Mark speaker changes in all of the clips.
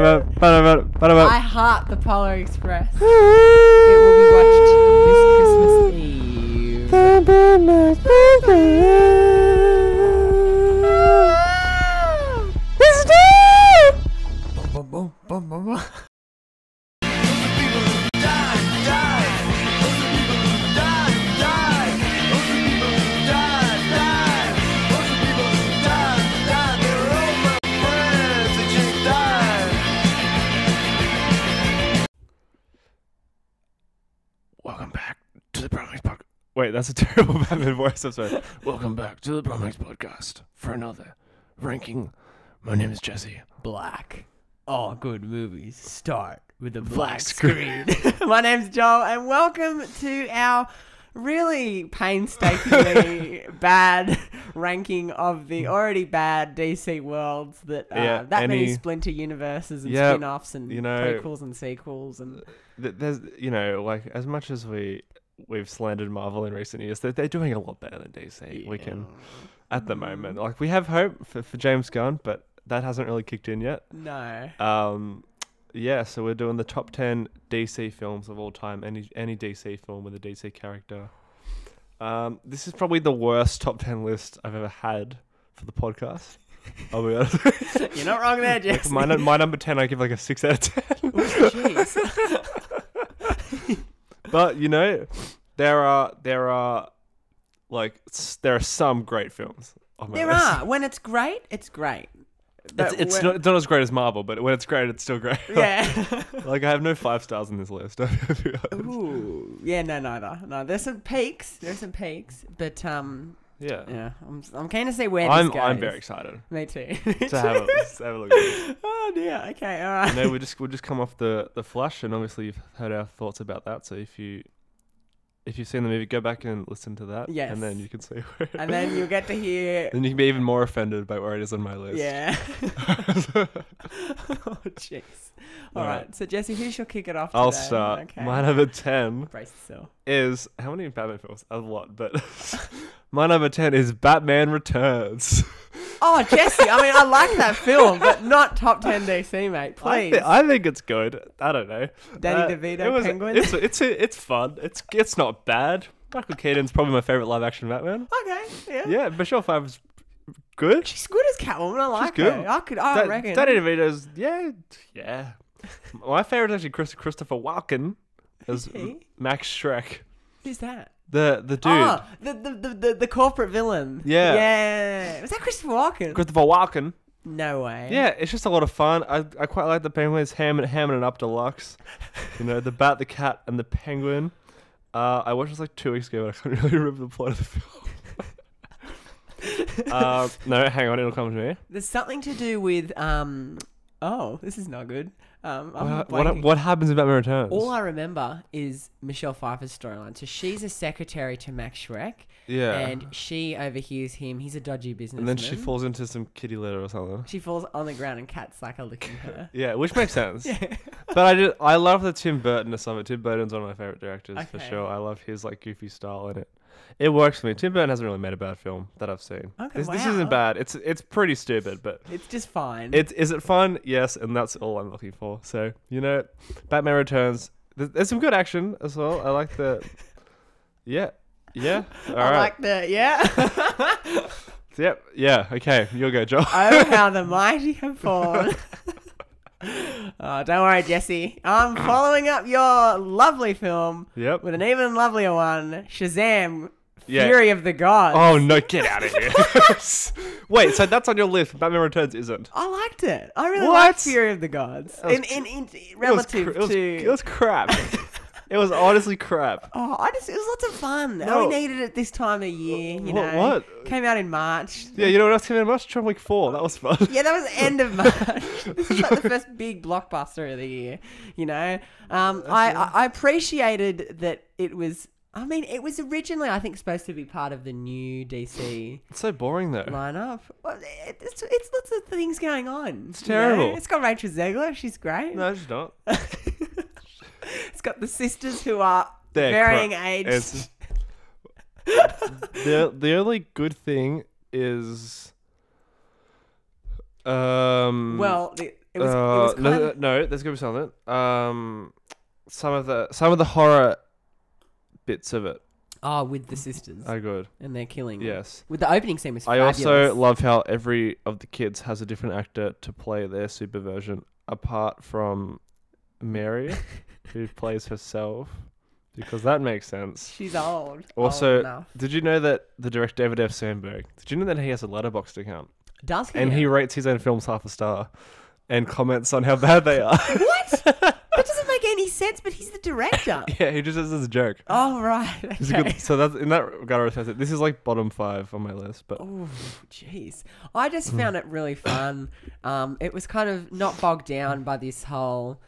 Speaker 1: I
Speaker 2: It
Speaker 1: heart the Polar Express. It will be watched this Christmas Eve.
Speaker 2: Welcome back to the Bromix Podcast. Wait, that's a terrible Batman voice. I'm sorry. Welcome back to the Bromix Podcast for another ranking. My name is Jesse.
Speaker 1: Black. All good movies start with a
Speaker 2: Black
Speaker 1: black
Speaker 2: screen.
Speaker 1: My name's Joel, and welcome to our really painstakingly bad ranking of the already bad DC worlds that uh,
Speaker 2: Yeah,
Speaker 1: that many
Speaker 2: any-
Speaker 1: splinter universes and
Speaker 2: Yeah,
Speaker 1: spin-offs and
Speaker 2: you know-
Speaker 1: prequels and sequels and
Speaker 2: Th- There's, you know, like as much as we we've slandered Marvel in recent years, they're, they're doing a lot better than DC. We can, at the moment, like we have hope for, for James Gunn, but that hasn't really kicked in yet.
Speaker 1: no.
Speaker 2: Um, yeah, so we're doing the top ten DC films of all time. Any any DC film with a DC character. Um, this is probably the worst top ten list I've ever had for the podcast. I'll be honest.
Speaker 1: You're not wrong there,
Speaker 2: Like,
Speaker 1: Jackson.
Speaker 2: my, nu- my number ten, I give like a six out of ten.
Speaker 1: Jeez.
Speaker 2: But you know, there are there are like s- there are some great films. On my
Speaker 1: There
Speaker 2: list.
Speaker 1: are. When it's great, it's great.
Speaker 2: It's,
Speaker 1: But
Speaker 2: it's
Speaker 1: when-
Speaker 2: not it's not as great as Marvel, but when it's great, it's still great.
Speaker 1: Yeah.
Speaker 2: like I have no five stars on this list. I'll be honest.
Speaker 1: Ooh. Yeah, no, neither. No, there's some peaks. There's some peaks. But, um,
Speaker 2: yeah.
Speaker 1: yeah, I'm, I'm keen to see where this
Speaker 2: I'm
Speaker 1: goes.
Speaker 2: I'm very excited
Speaker 1: Me
Speaker 2: to
Speaker 1: too.
Speaker 2: have a, to have a look at this.
Speaker 1: oh, dear. Okay, all right.
Speaker 2: You know, we just we just come off the the flush, and obviously you've heard our thoughts about that. So if you if you've seen the movie, go back and listen to that,
Speaker 1: Yes.
Speaker 2: and then you can see where.
Speaker 1: And then you'll get to hear.
Speaker 2: then you can be even more offended by where it is on my list.
Speaker 1: Yeah. oh, jeez. All
Speaker 2: All
Speaker 1: right.
Speaker 2: right.
Speaker 1: So, Jesse, who shall kick it off
Speaker 2: I'll
Speaker 1: today?
Speaker 2: start.
Speaker 1: Okay.
Speaker 2: My number ten
Speaker 1: Brace yourself.
Speaker 2: is how many Batman films? A lot, but my number ten is Batman Returns.
Speaker 1: Oh, Jesse, I mean, I like that film, but not top 10 DC, mate.
Speaker 2: I,
Speaker 1: Please.
Speaker 2: thi- I think it's good. I don't know. Uh,
Speaker 1: Danny DeVito,
Speaker 2: it was-
Speaker 1: Penguin?
Speaker 2: It's it's it's fun. It's it's not bad. Michael Keaton's probably my favorite live action Batman.
Speaker 1: okay, yeah.
Speaker 2: Yeah, Michelle Pfeiffer's good.
Speaker 1: She's good as Catwoman. I like
Speaker 2: good.
Speaker 1: her. I could. I
Speaker 2: Da-
Speaker 1: reckon.
Speaker 2: Danny DeVito's yeah, yeah. My favorite is actually Chris, Christopher Walken as
Speaker 1: He?
Speaker 2: Max Shrek.
Speaker 1: Who's that?
Speaker 2: The the dude.
Speaker 1: Oh, the, the, the, the, the corporate villain.
Speaker 2: Yeah.
Speaker 1: Yeah. Was that Christopher Walken?
Speaker 2: Christopher Walken.
Speaker 1: no way.
Speaker 2: Yeah, it's just a lot of fun. I, I quite like the penguins hamming hamming it up deluxe. You know, the bat, the cat, and the penguin. Uh, I watched this like two weeks ago, but I can't really remember the plot of the film. uh, no, hang on, it'll come to me.
Speaker 1: There's something to do with. um. Oh, this is not good. Um, I'm
Speaker 2: What, what,
Speaker 1: blanking.
Speaker 2: what happens in Batman Returns?
Speaker 1: All I remember is Michelle Pfeiffer's storyline. So she's a secretary to Max Shrek,
Speaker 2: yeah, and,
Speaker 1: and she overhears him. He's a dodgy businessman.
Speaker 2: then she falls into some kitty litter or something.
Speaker 1: She falls on the ground, and Cat's like are licking her.
Speaker 2: Yeah, which makes sense. But I did. I love the Tim Burton of it. Tim Burton's one of my favorite directors for
Speaker 1: Okay.
Speaker 2: sure. I love his like goofy style in it. It works for me. Tim Burton hasn't really made a bad film that I've seen.
Speaker 1: Okay,
Speaker 2: this, this
Speaker 1: wow.
Speaker 2: isn't bad. It's it's pretty stupid, but
Speaker 1: It's just fine.
Speaker 2: it's is it fun? Yes, and that's all I'm looking for. So you know, Batman Returns. There's, there's some good action as well. I like the. Yeah, yeah. All
Speaker 1: I
Speaker 2: right.
Speaker 1: like that. Yeah.
Speaker 2: Yep. Yeah. Okay. You'll go, Joel.
Speaker 1: Oh, how the mighty have fallen. oh, don't worry, Jesse. I'm following up your lovely film
Speaker 2: yep.
Speaker 1: with an even lovelier one Shazam
Speaker 2: Yeah.
Speaker 1: Fury of the Gods.
Speaker 2: Oh no! Get out of here. Wait. So that's on your list. Batman Returns isn't.
Speaker 1: I liked it. I really
Speaker 2: What?
Speaker 1: liked Fury of the Gods.
Speaker 2: was
Speaker 1: In, in, in,
Speaker 2: It was cr-
Speaker 1: relative
Speaker 2: it was,
Speaker 1: to.
Speaker 2: it was crap. it was honestly crap.
Speaker 1: Oh, I just, it was lots of fun.
Speaker 2: No.
Speaker 1: We needed it this time of year,
Speaker 2: What-
Speaker 1: you know.
Speaker 2: what?
Speaker 1: Came out in March.
Speaker 2: Yeah, you know what else came in March? John Wick Four. That was fun.
Speaker 1: Yeah, that was the end of March. this is like the first big blockbuster of the year, you know. Um, I, I I appreciated that it was. I mean, it was originally I think supposed to be part of the new DC
Speaker 2: It's so boring though.
Speaker 1: lineup. Well, it- It's, it's lots of things going on. It's
Speaker 2: terrible.
Speaker 1: It's got Rachel Zegler. She's great.
Speaker 2: No, it's not.
Speaker 1: It's got the sisters who are
Speaker 2: They're
Speaker 1: varying
Speaker 2: crap.
Speaker 1: age.
Speaker 2: It's- the the only good thing is. Um.
Speaker 1: Well, the, it was, it
Speaker 2: uh,
Speaker 1: was kind
Speaker 2: no,
Speaker 1: of,
Speaker 2: no, there's gonna be some of it. Um, some of the some of the horror bits of it
Speaker 1: oh, with the sisters
Speaker 2: are good.
Speaker 1: and they're killing. them.
Speaker 2: Yes.
Speaker 1: With the opening scene was
Speaker 2: I
Speaker 1: fabulous.
Speaker 2: also love how every of the kids has a different actor to play their super version, apart from Mary, who plays herself, because that makes sense.
Speaker 1: She's old.
Speaker 2: Also-
Speaker 1: Old enough.
Speaker 2: Did you know that the director David F. Sandberg? Did you know that he has a letterbox account
Speaker 1: does he?
Speaker 2: and he rates his own films half a star, and comments on how bad they are?
Speaker 1: what? that doesn't make any sense. But he's the director.
Speaker 2: yeah, he just does this joke.
Speaker 1: oh right. Okay.
Speaker 2: It's a good, so that's in that regard, I respect it. This is like bottom five on my list, but
Speaker 1: Oh, jeez. I just found it really fun. Um, it was kind of not bogged down by this whole,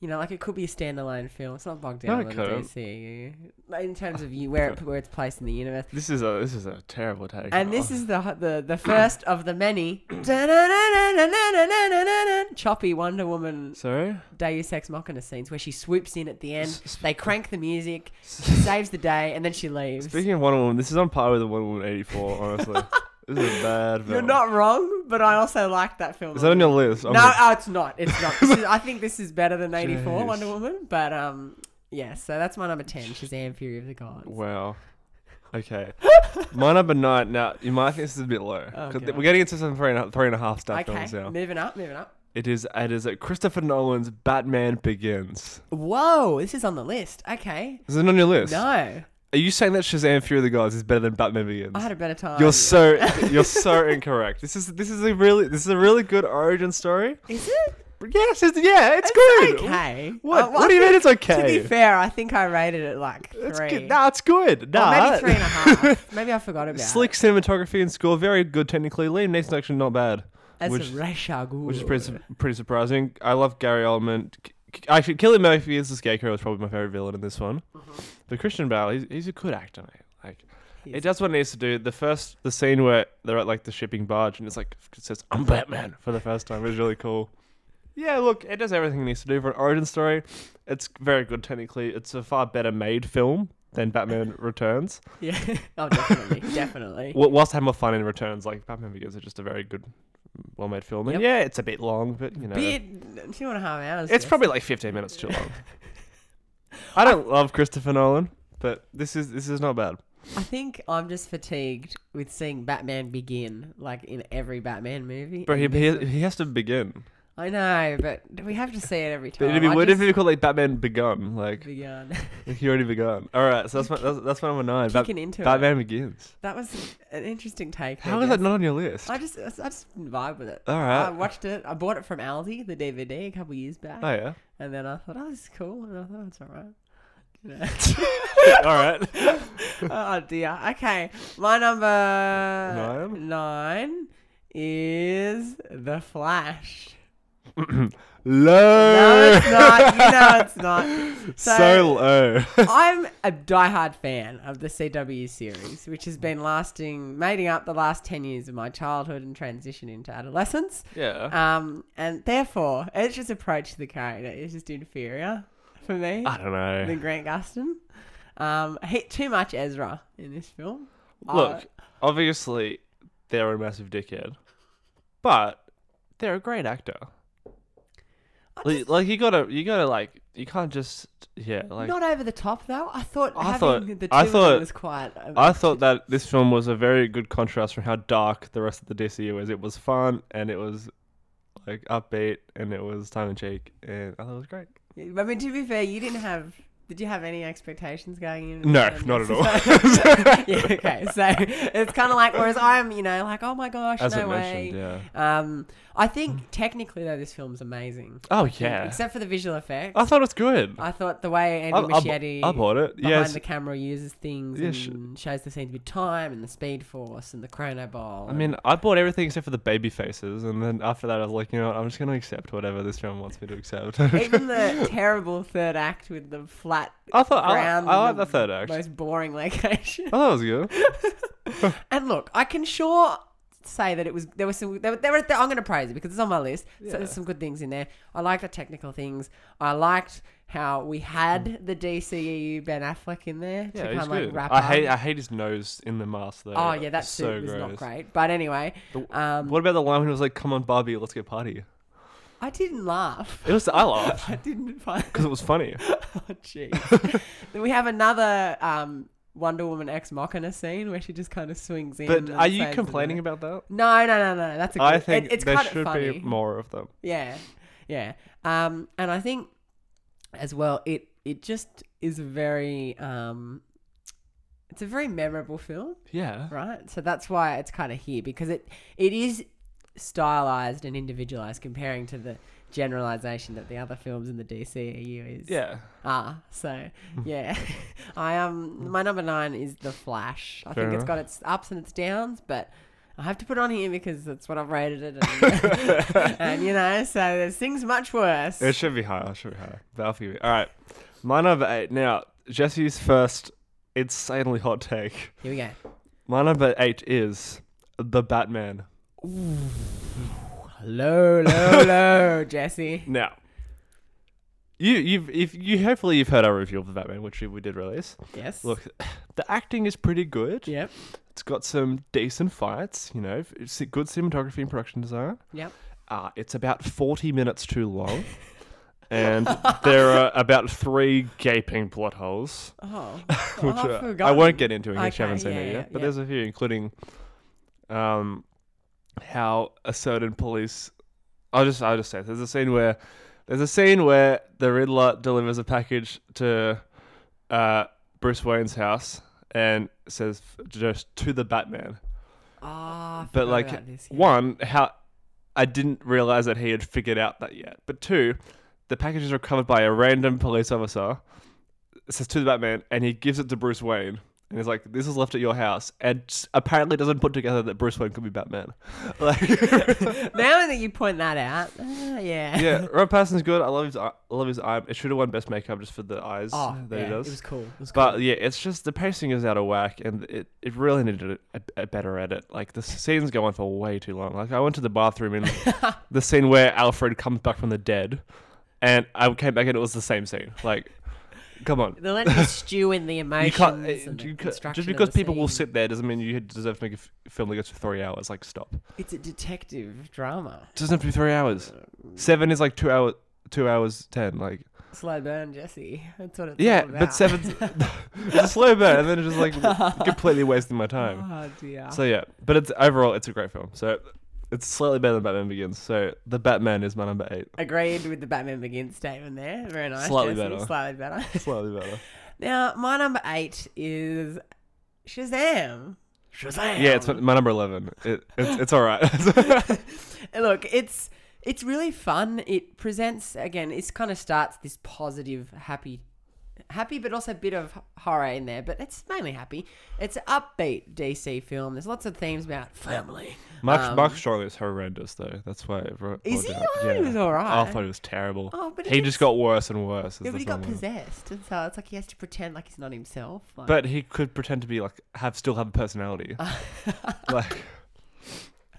Speaker 1: you know, like it could be a standalone film. It's not bogged
Speaker 2: No,
Speaker 1: down
Speaker 2: it
Speaker 1: by the
Speaker 2: couldn't.
Speaker 1: DCU in terms of you where it, where it's placed in the universe.
Speaker 2: this is a this is a terrible take. Oh,
Speaker 1: And this is the the the first of the many. Da-na-na-na-na-na-na-na-na-na. Choppy Wonder Woman
Speaker 2: sorry.
Speaker 1: Deus Ex Machina scenes where she swoops in at the end.
Speaker 2: S-
Speaker 1: They crank the music. She saves the day, and then she leaves.
Speaker 2: Speaking of Wonder Woman, this is on par with the Wonder Woman '84. Honestly, this is a bad film.
Speaker 1: You're not wrong, but I also like that film.
Speaker 2: um, Is
Speaker 1: a
Speaker 2: that on your list? I'm
Speaker 1: no,
Speaker 2: gonna-
Speaker 1: oh, it's not. It's not. This is, I think this is better than '84
Speaker 2: Jeez.
Speaker 1: Wonder Woman, but um, yeah. So that's my number ten, Shazam: Fury of the Gods.
Speaker 2: wow. Okay. My number nine. Now you might think this is a bit low. 'cause
Speaker 1: Okay.
Speaker 2: We're getting into some three and a, three and a half star
Speaker 1: okay,
Speaker 2: films now.
Speaker 1: moving up, moving up.
Speaker 2: It is it is uh, Christopher Nolan's Batman Begins.
Speaker 1: Whoa, this is on the list. Okay,
Speaker 2: Is it on your list?
Speaker 1: no,
Speaker 2: Are you saying that Shazam: Fury of the Gods is better than Batman Begins?
Speaker 1: I had a better time.
Speaker 2: You're so you're so incorrect. This is this is a really this is a really good origin story.
Speaker 1: is it
Speaker 2: Yes, it's, yeah, it's,
Speaker 1: It's
Speaker 2: good.
Speaker 1: okay?
Speaker 2: What?
Speaker 1: Uh, well,
Speaker 2: what do you
Speaker 1: I
Speaker 2: mean it's
Speaker 1: think-
Speaker 2: okay?
Speaker 1: To be fair, I think I rated it like three.
Speaker 2: it's good. Nah, it's good.
Speaker 1: Or
Speaker 2: Nah.
Speaker 1: maybe three and a half. maybe I forgot about
Speaker 2: Slick
Speaker 1: it.
Speaker 2: cinematography and score, very good technically. Liam Neeson's actually not bad,
Speaker 1: As
Speaker 2: which-
Speaker 1: a Rasha
Speaker 2: which is pretty su- pretty surprising. I love Gary Oldman. K- K- Actually, Killian Murphy as the Scarecrow is probably my favorite villain in this one. But Christian Bale, he's, he's a good actor, mate. Like
Speaker 1: Mm-hmm. He
Speaker 2: it
Speaker 1: is.
Speaker 2: does what it needs to do. The first, the scene where they're at like the shipping barge and it's like it says "I'm Batman" for the first time is really cool. Yeah, look, it does everything it needs to do for an origin story. It's very good technically. It's a far better made film than Batman Returns.
Speaker 1: Yeah. oh, definitely, definitely.
Speaker 2: Wh- Whilst having more fun in Returns, like Batman Begins is just a very good, well-made film. And
Speaker 1: Yep.
Speaker 2: yeah, it's a bit long, but you know,
Speaker 1: Bit two and a half hours.
Speaker 2: it's
Speaker 1: yes.
Speaker 2: probably like 15 minutes too long. I don't love Christopher Nolan, but this is this is not bad.
Speaker 1: I think I'm just fatigued with seeing Batman begin, like in every Batman movie.
Speaker 2: But he
Speaker 1: And
Speaker 2: he, he has to begin.
Speaker 1: I know, but we have to see it every time.
Speaker 2: But it'd be
Speaker 1: I
Speaker 2: weird if
Speaker 1: just
Speaker 2: you called like Batman Begun. Like
Speaker 1: begun
Speaker 2: he already begun. All right, so that's my that's, that's my number nine. Bat-
Speaker 1: kicking into it.
Speaker 2: Batman Begins.
Speaker 1: That was an interesting take.
Speaker 2: How
Speaker 1: I
Speaker 2: is Uh, that
Speaker 1: guess.
Speaker 2: not on your list?
Speaker 1: I just, I just didn't vibe with it.
Speaker 2: All
Speaker 1: I
Speaker 2: right.
Speaker 1: watched it. I bought it from Aldi, the DVD, a couple years back,
Speaker 2: Oh yeah.
Speaker 1: and then I thought, oh, this is cool, and I thought it's alright. You know.
Speaker 2: All right.
Speaker 1: oh dear. Okay, my number
Speaker 2: Nine?
Speaker 1: nine is the Flash. No,
Speaker 2: low.
Speaker 1: it's not. You know it's not.
Speaker 2: so,
Speaker 1: So-
Speaker 2: low.
Speaker 1: I'm a diehard fan of the CW series, which has been lasting, mating up the last 10 years of my childhood and transition into adolescence.
Speaker 2: yeah.
Speaker 1: Um, and therefore, it's just approach to the character is just inferior for me
Speaker 2: I don't know.
Speaker 1: than Grant Gustin. Um, hit too much Ezra in this film.
Speaker 2: Look, obviously they're a massive dickhead, but they're a great actor.
Speaker 1: I
Speaker 2: Like, like, you gotta, you gotta like, you can't just, yeah. Like
Speaker 1: Not over the top though. I thought
Speaker 2: I
Speaker 1: having
Speaker 2: thought-
Speaker 1: the two
Speaker 2: I
Speaker 1: of
Speaker 2: thought-
Speaker 1: them was quite.
Speaker 2: I thought that this film was a very good contrast from how dark the rest of the DCU is. It was fun and it was like upbeat and it was time and cheek and I thought it was great.
Speaker 1: I mean, to be fair, you didn't have. Did you have any expectations going in?
Speaker 2: No,
Speaker 1: Um,
Speaker 2: not at all.
Speaker 1: yeah, okay. So it's kind of like whereas I'm, you know, like oh my gosh,
Speaker 2: As I
Speaker 1: no way.
Speaker 2: mentioned, yeah.
Speaker 1: Um, I think technically though, this film's amazing.
Speaker 2: Oh yeah.
Speaker 1: Except for the visual effects.
Speaker 2: I thought it was good. I,
Speaker 1: I thought the way
Speaker 2: I,
Speaker 1: Andy Muschietti
Speaker 2: I, bought it.
Speaker 1: behind
Speaker 2: Yes.
Speaker 1: the camera uses things
Speaker 2: Yeah,
Speaker 1: and
Speaker 2: sh-
Speaker 1: shows the scenes with time and the Speed Force and the Chrono Ball.
Speaker 2: I mean, I bought everything except for the baby faces, and then after that, I was like, you know what, I'm just gonna accept whatever this film wants me to accept.
Speaker 1: and even the terrible third act with the flat
Speaker 2: I thought I,
Speaker 1: ground.
Speaker 2: I like
Speaker 1: and
Speaker 2: the third act. I
Speaker 1: Most boring location.
Speaker 2: thought it was good.
Speaker 1: And look, I can sure say that it was there was some there, were- there were I'm going to praise it because it's on my list. So
Speaker 2: Yeah.
Speaker 1: there's some good things in there. I like the technical things. I liked how we had the DCEU Ben Affleck in there to
Speaker 2: Mm. Yeah,
Speaker 1: kind
Speaker 2: he's
Speaker 1: of like
Speaker 2: good.
Speaker 1: wrap
Speaker 2: I
Speaker 1: up.
Speaker 2: hate I hate his nose in the mask though.
Speaker 1: Oh yeah, that suit was not great. But anyway,
Speaker 2: The-
Speaker 1: um,
Speaker 2: What about the line when he was like, "Come on, Barbie, let's get party"?
Speaker 1: I didn't laugh.
Speaker 2: It was I laughed
Speaker 1: I didn't find.
Speaker 2: because it was funny.
Speaker 1: Oh jeez. then we have another um, Wonder Woman ex Machina scene where she just kind of swings in.
Speaker 2: But
Speaker 1: and
Speaker 2: are you
Speaker 1: saves the
Speaker 2: complaining
Speaker 1: day.
Speaker 2: about that?
Speaker 1: No, no, no, no. That's a good.
Speaker 2: I
Speaker 1: it-
Speaker 2: think
Speaker 1: it's
Speaker 2: there
Speaker 1: kind
Speaker 2: should
Speaker 1: of
Speaker 2: be
Speaker 1: funny.
Speaker 2: more of them.
Speaker 1: Yeah, yeah. Um, and I think as well, it it just is a very um, it's a very memorable film,
Speaker 2: Yeah.
Speaker 1: right? So that's why it's kind of here because it it is stylized and individualized comparing to the generalization that the other films in the DCEU is
Speaker 2: Yeah.
Speaker 1: Ah, so yeah, I um my number nine is the Flash. I
Speaker 2: Fair
Speaker 1: think it's
Speaker 2: enough.
Speaker 1: got its ups and its downs, but I have to put it on here because that's what I've rated it, and, and you know, so there's things much worse.
Speaker 2: It should be higher. It should be higher. But I'll forgive you. All right. My number eight. Now, Jesse's first insanely hot take.
Speaker 1: here we go.
Speaker 2: My number eight is The Batman.
Speaker 1: Low, low, low, Jesse.
Speaker 2: Now, you, you've, if you, hopefully you've heard our review of The Batman, which we- we did release.
Speaker 1: Yes.
Speaker 2: Look, the acting is pretty good.
Speaker 1: Yep.
Speaker 2: It's got some decent fights, you know, it's a good cinematography and production design.
Speaker 1: Yep.
Speaker 2: Uh, it's about 40 minutes too long. and there are about three gaping plot holes.
Speaker 1: Oh,
Speaker 2: Which,
Speaker 1: I've
Speaker 2: uh, I
Speaker 1: forgotten.
Speaker 2: won't get into in case
Speaker 1: Okay,
Speaker 2: you haven't seen
Speaker 1: yeah,
Speaker 2: it
Speaker 1: yeah,
Speaker 2: yet. But
Speaker 1: yeah.
Speaker 2: there's a few, including um, how a certain police. I'll just I'll just say it. there's a scene where there's a scene where the Riddler delivers a package to uh, Bruce Wayne's house and says f- just to the Batman.
Speaker 1: Oh, I
Speaker 2: But
Speaker 1: forgot
Speaker 2: like
Speaker 1: about this, yeah.
Speaker 2: one, how I didn't realize that he had figured out that yet. But two, the package is recovered by a random police officer. It says to the Batman, and he gives it to Bruce Wayne. And he's like, "This is left at your house," and s- apparently doesn't put together that Bruce Wayne could be Batman. Like,
Speaker 1: now that you point that out, uh, yeah.
Speaker 2: yeah, Rob Pattinson's good. I love his, eye- I love his eye. It should have won best makeup just for the eyes
Speaker 1: Oh,
Speaker 2: that he
Speaker 1: yeah, it
Speaker 2: does.
Speaker 1: was cool. It was cool.
Speaker 2: But yeah, it's just the pacing is out of whack, and it, it really needed a, a better edit. Like the scenes go on for way too long. Like I went to the bathroom in the scene where Alfred comes back from the dead, and I came back and it was the same scene. Like, come on,
Speaker 1: They're letting you stew in the
Speaker 2: you
Speaker 1: emotions.
Speaker 2: can't. eh, uh,
Speaker 1: and the
Speaker 2: you can't-
Speaker 1: construction
Speaker 2: just
Speaker 1: of
Speaker 2: because
Speaker 1: the
Speaker 2: people will
Speaker 1: scene.
Speaker 2: sit there doesn't mean you deserve to make a f- film that goes for three hours. Like, stop. It
Speaker 1: It's a detective drama.
Speaker 2: doesn't have to be three hours. Seven is like two hours. Two hours ten, like
Speaker 1: Slow burn, Jesse. That's what it's
Speaker 2: yeah,
Speaker 1: all about.
Speaker 2: but seven's it's a slow burn, and then it's just like w- completely wasting my time.
Speaker 1: Oh dear.
Speaker 2: So yeah, but it's overall it's a great film. So it's slightly better than Batman Begins. So the Batman is my number eight.
Speaker 1: Agreed with the Batman Begins statement there. Very nice.
Speaker 2: Slightly
Speaker 1: Jesse.
Speaker 2: better.
Speaker 1: Slightly better.
Speaker 2: Slightly better.
Speaker 1: now my number eight is Shazam. Shazam.
Speaker 2: Yeah, it's my, my number eleven. It, it's it's all right.
Speaker 1: look, it's it's really fun. It presents again. It's kind of starts this positive, happy, happy, but also a bit of horror in there. But it's mainly happy. It's an upbeat DC film. There's lots of themes about family.
Speaker 2: Mark
Speaker 1: Um,
Speaker 2: Mark Strong is horrendous though. That's why it wrote.
Speaker 1: Is he?
Speaker 2: wrote down.
Speaker 1: I thought he was all
Speaker 2: I
Speaker 1: right.
Speaker 2: thought it was terrible.
Speaker 1: Oh, but it
Speaker 2: he just
Speaker 1: is-
Speaker 2: got worse and worse. as
Speaker 1: Yeah, but
Speaker 2: the
Speaker 1: he got
Speaker 2: film went on.
Speaker 1: possessed, and so it's like he has to pretend like he's not himself. Like,
Speaker 2: But he could pretend to be like have still have a personality. like,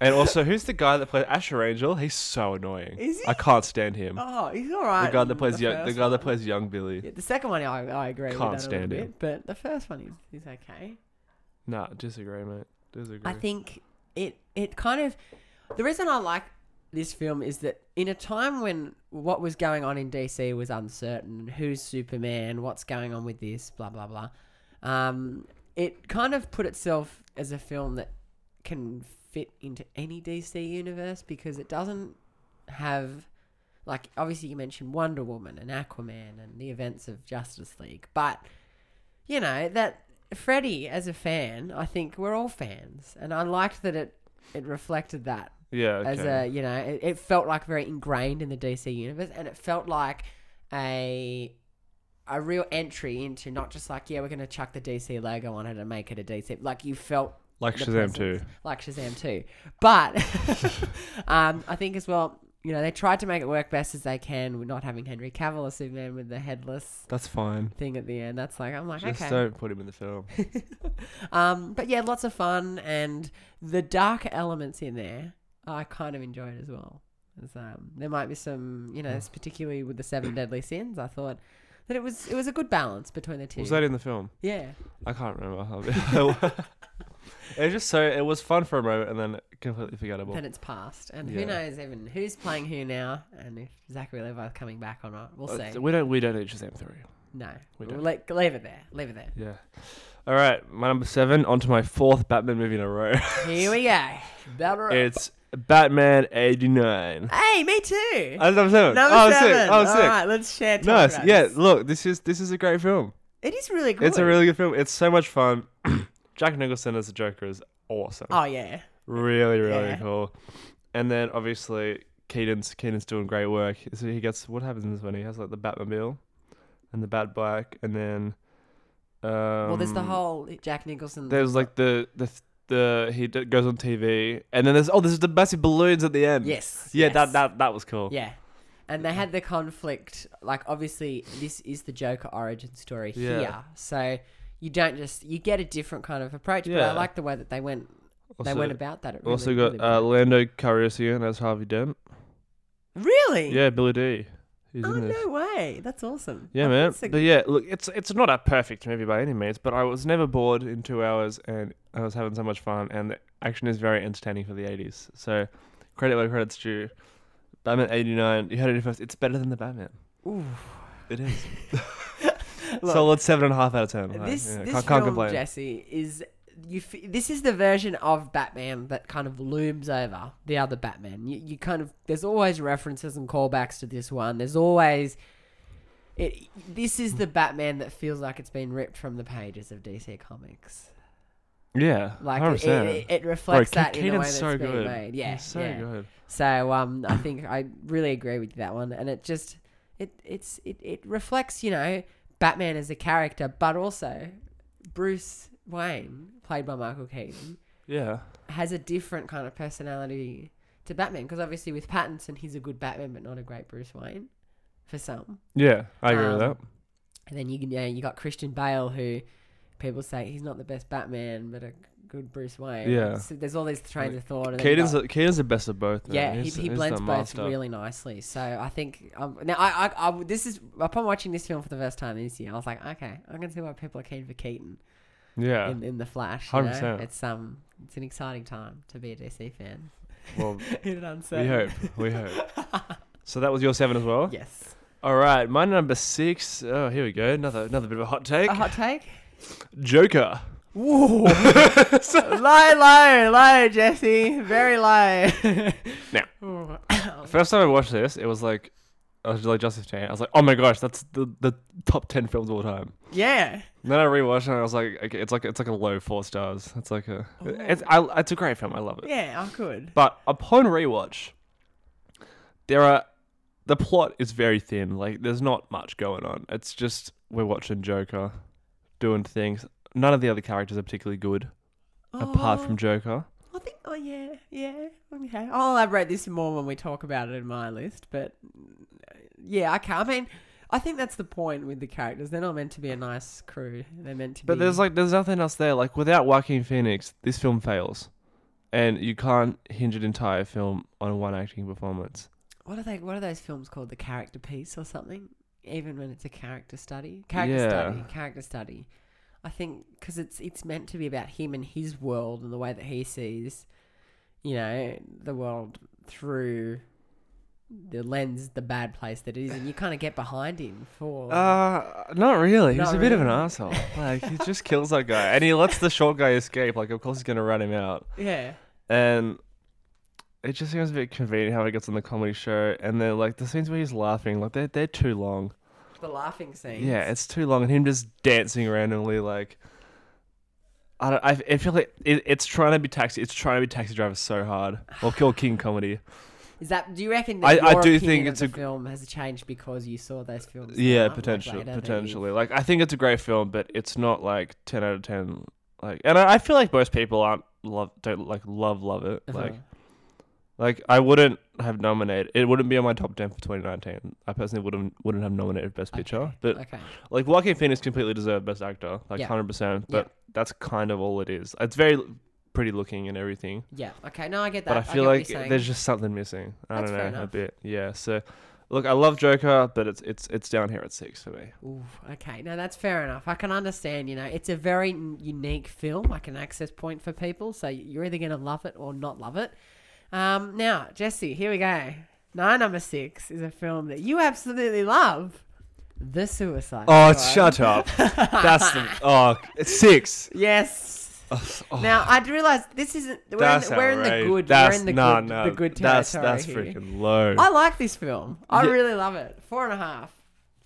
Speaker 2: and also who's the guy that plays Asher Angel? He's so annoying.
Speaker 1: Is he?
Speaker 2: I can't stand him.
Speaker 1: oh, he's all right.
Speaker 2: the guy that
Speaker 1: in
Speaker 2: plays young, the
Speaker 1: first
Speaker 2: guy that
Speaker 1: one.
Speaker 2: plays young Billy.
Speaker 1: Yeah, the second one, I, I agree with
Speaker 2: Can't
Speaker 1: that
Speaker 2: stand
Speaker 1: a little
Speaker 2: him.
Speaker 1: bit, but the first one is, is okay.
Speaker 2: Nah, disagree, mate. Disagree.
Speaker 1: I think it it kind of the reason I like this film is that in a time when what was going on in DC was uncertain, who's Superman, what's going on with this, blah blah blah. Um, it kind of put itself as a film that can fit into any DC universe because it doesn't have like obviously you mentioned Wonder Woman and Aquaman and the events of Justice League, but you know that Freddie as a fan, I think we're all fans, and I liked that it it reflected that
Speaker 2: Yeah.
Speaker 1: as a you know it, it felt like very ingrained in the DC universe, and it felt like a a real entry into not just like yeah we're gonna chuck the DC logo on it and make it a DC like you felt
Speaker 2: like
Speaker 1: the
Speaker 2: Shazam
Speaker 1: presence,
Speaker 2: too.
Speaker 1: Like Shazam 2. But um, I think as well, you know, they tried to make it work best as they can with not having Henry Cavill as Superman with the headless
Speaker 2: That's fine.
Speaker 1: thing at the end. That's like I'm like
Speaker 2: Just
Speaker 1: Oh, okay.
Speaker 2: don't put him in the film.
Speaker 1: Um, but yeah, lots of fun and the dark elements in there I kind of enjoyed as well. 'Cause, um, there might be some, you know,
Speaker 2: Hmm.
Speaker 1: s- particularly with the seven deadly sins. I thought that it was it was a good balance between the two.
Speaker 2: Was that in the film?
Speaker 1: yeah,
Speaker 2: I can't remember. it was just so it was fun for a moment and then completely forgettable.
Speaker 1: then it's past, and who
Speaker 2: Yeah.
Speaker 1: knows even who's playing who now, and if Zachary Levi's coming back or not. We'll
Speaker 2: Uh,
Speaker 1: see.
Speaker 2: we don't we don't need Shazam three.
Speaker 1: no,
Speaker 2: we
Speaker 1: we'll
Speaker 2: don't.
Speaker 1: let, leave it there. Leave it there.
Speaker 2: Yeah. All right, my number seven. On to my fourth Batman movie in a row.
Speaker 1: Here we go. Battle.
Speaker 2: it's Batman eighty nine.
Speaker 1: hey, me too.
Speaker 2: I was number seven.
Speaker 1: Number
Speaker 2: oh,
Speaker 1: seven.
Speaker 2: sick. Oh,
Speaker 1: All
Speaker 2: sick.
Speaker 1: right, let's share. top
Speaker 2: Nice.
Speaker 1: grabs.
Speaker 2: Yeah. Look, this is this is a great film.
Speaker 1: it is really good.
Speaker 2: It's a really good film. It's so much fun. Jack Nicholson as the Joker is awesome.
Speaker 1: Oh yeah.
Speaker 2: really, really
Speaker 1: yeah.
Speaker 2: cool. And then obviously Keaton's Keaton's doing great work. So he gets what happens is when he has like the Batmobile and the Batbike, and then um,
Speaker 1: well, there's the whole Jack Nicholson.
Speaker 2: there's like the the the he d- goes on TV, and then there's oh there's the massive balloons at the end.
Speaker 1: yes.
Speaker 2: Yeah,
Speaker 1: yes.
Speaker 2: that that that was cool.
Speaker 1: Yeah. And they had the conflict. Like, obviously, this is the Joker origin story
Speaker 2: Yeah.
Speaker 1: here. So you don't just you get a different kind of approach. But
Speaker 2: Yeah.
Speaker 1: I like the way that they went.
Speaker 2: Also,
Speaker 1: they went about that. It really,
Speaker 2: also got
Speaker 1: really
Speaker 2: uh,
Speaker 1: worked.
Speaker 2: Lando Calrissian as Harvey Dent.
Speaker 1: really.
Speaker 2: Yeah, Billy D. He's
Speaker 1: Oh
Speaker 2: in this.
Speaker 1: no way! That's awesome.
Speaker 2: Yeah,
Speaker 1: I think
Speaker 2: man.
Speaker 1: it's a-
Speaker 2: But yeah, look, it's it's not a perfect movie by any means, but I was never bored in two hours, and I was having so much fun, and the action is very entertaining for the '80s. So, credit where credit's due. Batman '89, you heard it first. It's better than the Batman.
Speaker 1: Ooh.
Speaker 2: It is.
Speaker 1: Look,
Speaker 2: Solid seven and a half out of ten. Like,
Speaker 1: this
Speaker 2: yeah,
Speaker 1: this
Speaker 2: can't,
Speaker 1: film,
Speaker 2: can't complain.
Speaker 1: Jesse, is you. F- this is the version of Batman that kind of looms over the other Batman. You, you kind of there's always references and callbacks to this one. There's always it. This is the Batman that feels like it's been ripped from the pages of DC Comics.
Speaker 2: yeah,
Speaker 1: Like
Speaker 2: hundred
Speaker 1: it, it,
Speaker 2: percent.
Speaker 1: it reflects
Speaker 2: Bro, Ke-
Speaker 1: that in the way
Speaker 2: Keenan's
Speaker 1: that's
Speaker 2: so
Speaker 1: being
Speaker 2: good.
Speaker 1: made. Yeah,
Speaker 2: He's so
Speaker 1: yeah.
Speaker 2: good.
Speaker 1: So um, I think I really agree with that one, and it just it it's it, it reflects you know Batman as a character, but also Bruce Wayne, played by Michael Keaton,
Speaker 2: Yeah,
Speaker 1: has a different kind of personality to Batman because obviously with Pattinson he's a good Batman but not a great Bruce Wayne for some,
Speaker 2: yeah, I agree with that.
Speaker 1: Um, and then you can- yeah you got Christian Bale who people say he's not the best Batman but a good Bruce Wayne.
Speaker 2: Yeah.
Speaker 1: So there's all these trains of thought. and then you
Speaker 2: Keaton's
Speaker 1: got-
Speaker 2: the, Keaton's the best of both. man.
Speaker 1: yeah, he,
Speaker 2: He's-
Speaker 1: he
Speaker 2: he's the
Speaker 1: blends both
Speaker 2: master.
Speaker 1: really nicely. So I think um, now I, I, I this is upon watching this film for the first time this year, I was like, okay, I can see why people are keen for Keaton
Speaker 2: Yeah,
Speaker 1: in, in the Flash. You know?
Speaker 2: 100%.
Speaker 1: It's um, it's an exciting time to be a DC fan.
Speaker 2: well,
Speaker 1: in an
Speaker 2: we
Speaker 1: uncertain.
Speaker 2: hope, we hope. So that was your seven as well.
Speaker 1: Yes.
Speaker 2: All right, my number six. Oh, here we go. Another another bit of a hot take.
Speaker 1: A hot take.
Speaker 2: Joker.
Speaker 1: Whoa. low, low, low, Jesse. Very low.
Speaker 2: Now.
Speaker 1: Ooh.
Speaker 2: First time I watched this, it was like I was like Justice Chan. I was like, oh my gosh, that's the, the top ten films of all time.
Speaker 1: yeah.
Speaker 2: And then I rewatched it and I was like, okay, it's like it's like a low four stars. It's like a
Speaker 1: Oh.
Speaker 2: it's I, it's a great film. I love it.
Speaker 1: Yeah, I could.
Speaker 2: But upon rewatch, there are the plot is very thin. Like there's not much going on. It's just we're watching Joker doing things. None of the other characters are particularly good apart
Speaker 1: Oh.
Speaker 2: from Joker.
Speaker 1: I think. Oh yeah, yeah. Okay, I'll elaborate this more when we talk about it in my list. But mm, yeah, okay. I mean, I think that's the point with the characters. They're not meant to be a nice crew. They're meant to.
Speaker 2: But
Speaker 1: be...
Speaker 2: there's like there's nothing else there. Like without Joaquin Phoenix, this film fails, and you can't hinge an entire film on one acting performance.
Speaker 1: what are they? What are those films called? The character piece or something? Even when it's a character study, character
Speaker 2: Yeah.
Speaker 1: study, character study. I think because it's it's meant to be about him and his world and the way that he sees, you know, the world through the lens, the bad place that it is, and you kind of get behind him for.
Speaker 2: Uh not really.
Speaker 1: Not
Speaker 2: he's a bit of an
Speaker 1: really.
Speaker 2: asshole. Like he just kills that guy, and he lets the short guy escape. Like of course he's gonna run him out,
Speaker 1: yeah.
Speaker 2: and it just seems a bit convenient how he gets on the comedy show, and then like the scenes where he's laughing, like they're they're too long.
Speaker 1: The laughing scene.
Speaker 2: Yeah, it's too long, and him just dancing randomly like. I don't. I, I feel like it, it's trying to be taxi. It's trying to be taxi driver so hard. Or Kill King comedy.
Speaker 1: Is that? Do you reckon?
Speaker 2: I-
Speaker 1: That
Speaker 2: I
Speaker 1: your
Speaker 2: do
Speaker 1: opinion
Speaker 2: think
Speaker 1: of
Speaker 2: it's
Speaker 1: the
Speaker 2: a gr-
Speaker 1: film has changed because you saw those films.
Speaker 2: Yeah,
Speaker 1: come out
Speaker 2: potential,
Speaker 1: later that you-
Speaker 2: potentially. Like I think it's a great film, but it's not like ten out of ten. Like, and I, I feel like most people aren't love don't like love love it.
Speaker 1: Uh-huh.
Speaker 2: Like Like I wouldn't have nominated. It wouldn't be on my top ten for 2019. I personally wouldn't wouldn't have nominated Best Picture,
Speaker 1: Okay,
Speaker 2: but
Speaker 1: okay.
Speaker 2: like Joaquin Phoenix completely deserved Best Actor, like
Speaker 1: Yeah.
Speaker 2: hundred percent. But that's kind of all it is. It's very l- pretty looking and everything,
Speaker 1: Yeah. Okay. No, I get that.
Speaker 2: but I feel
Speaker 1: get what
Speaker 2: like
Speaker 1: you're saying.
Speaker 2: there's just something missing. I
Speaker 1: That's
Speaker 2: don't
Speaker 1: fair
Speaker 2: know a
Speaker 1: enough.
Speaker 2: bit. Yeah. So, look, I love Joker, but it's it's it's down here at six for me.
Speaker 1: Ooh, okay. No, that's fair enough. I can understand. You know, it's a very n- unique film, like an access point for people. So you're either going to love it or not love it. Um, now, Jesse, here we go. My number six is a film that you absolutely love, The Suicide.
Speaker 2: Oh,
Speaker 1: Squad.
Speaker 2: shut up. That's the, oh it's six.
Speaker 1: Yes.
Speaker 2: Oh,
Speaker 1: Now I realize this isn't. We're,
Speaker 2: that's
Speaker 1: in, we're in the
Speaker 2: outrage.
Speaker 1: good.
Speaker 2: That's
Speaker 1: we're in the
Speaker 2: nah,
Speaker 1: good.
Speaker 2: nah,
Speaker 1: the good territory
Speaker 2: That's that's
Speaker 1: here. Oh.
Speaker 2: freaking low.
Speaker 1: I like this film. I
Speaker 2: Yeah.
Speaker 1: really love it. Four and a half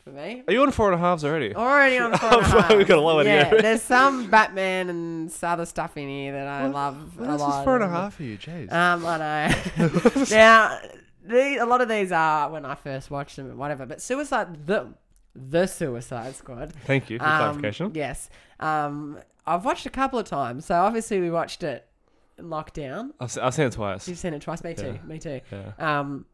Speaker 1: for me.
Speaker 2: Are you on four and a halves already?
Speaker 1: Already on four and a
Speaker 2: We've
Speaker 1: half.
Speaker 2: got a lot in
Speaker 1: yeah,
Speaker 2: here.
Speaker 1: there's some Batman and s- other stuff in here that I love
Speaker 2: What
Speaker 1: a
Speaker 2: else
Speaker 1: lot.
Speaker 2: is four and a half for you, Jeez.
Speaker 1: Um, I know. now, the, a lot of these are when I first watched them and whatever. But Suicide the the Suicide Squad.
Speaker 2: Thank you for
Speaker 1: um,
Speaker 2: clarification.
Speaker 1: Yes. Um, I've watched a couple of times. So obviously we watched it in lockdown.
Speaker 2: I've, se- I've seen it twice.
Speaker 1: You've seen it twice. Me too.
Speaker 2: Yeah.
Speaker 1: Me too.
Speaker 2: Yeah.
Speaker 1: Um,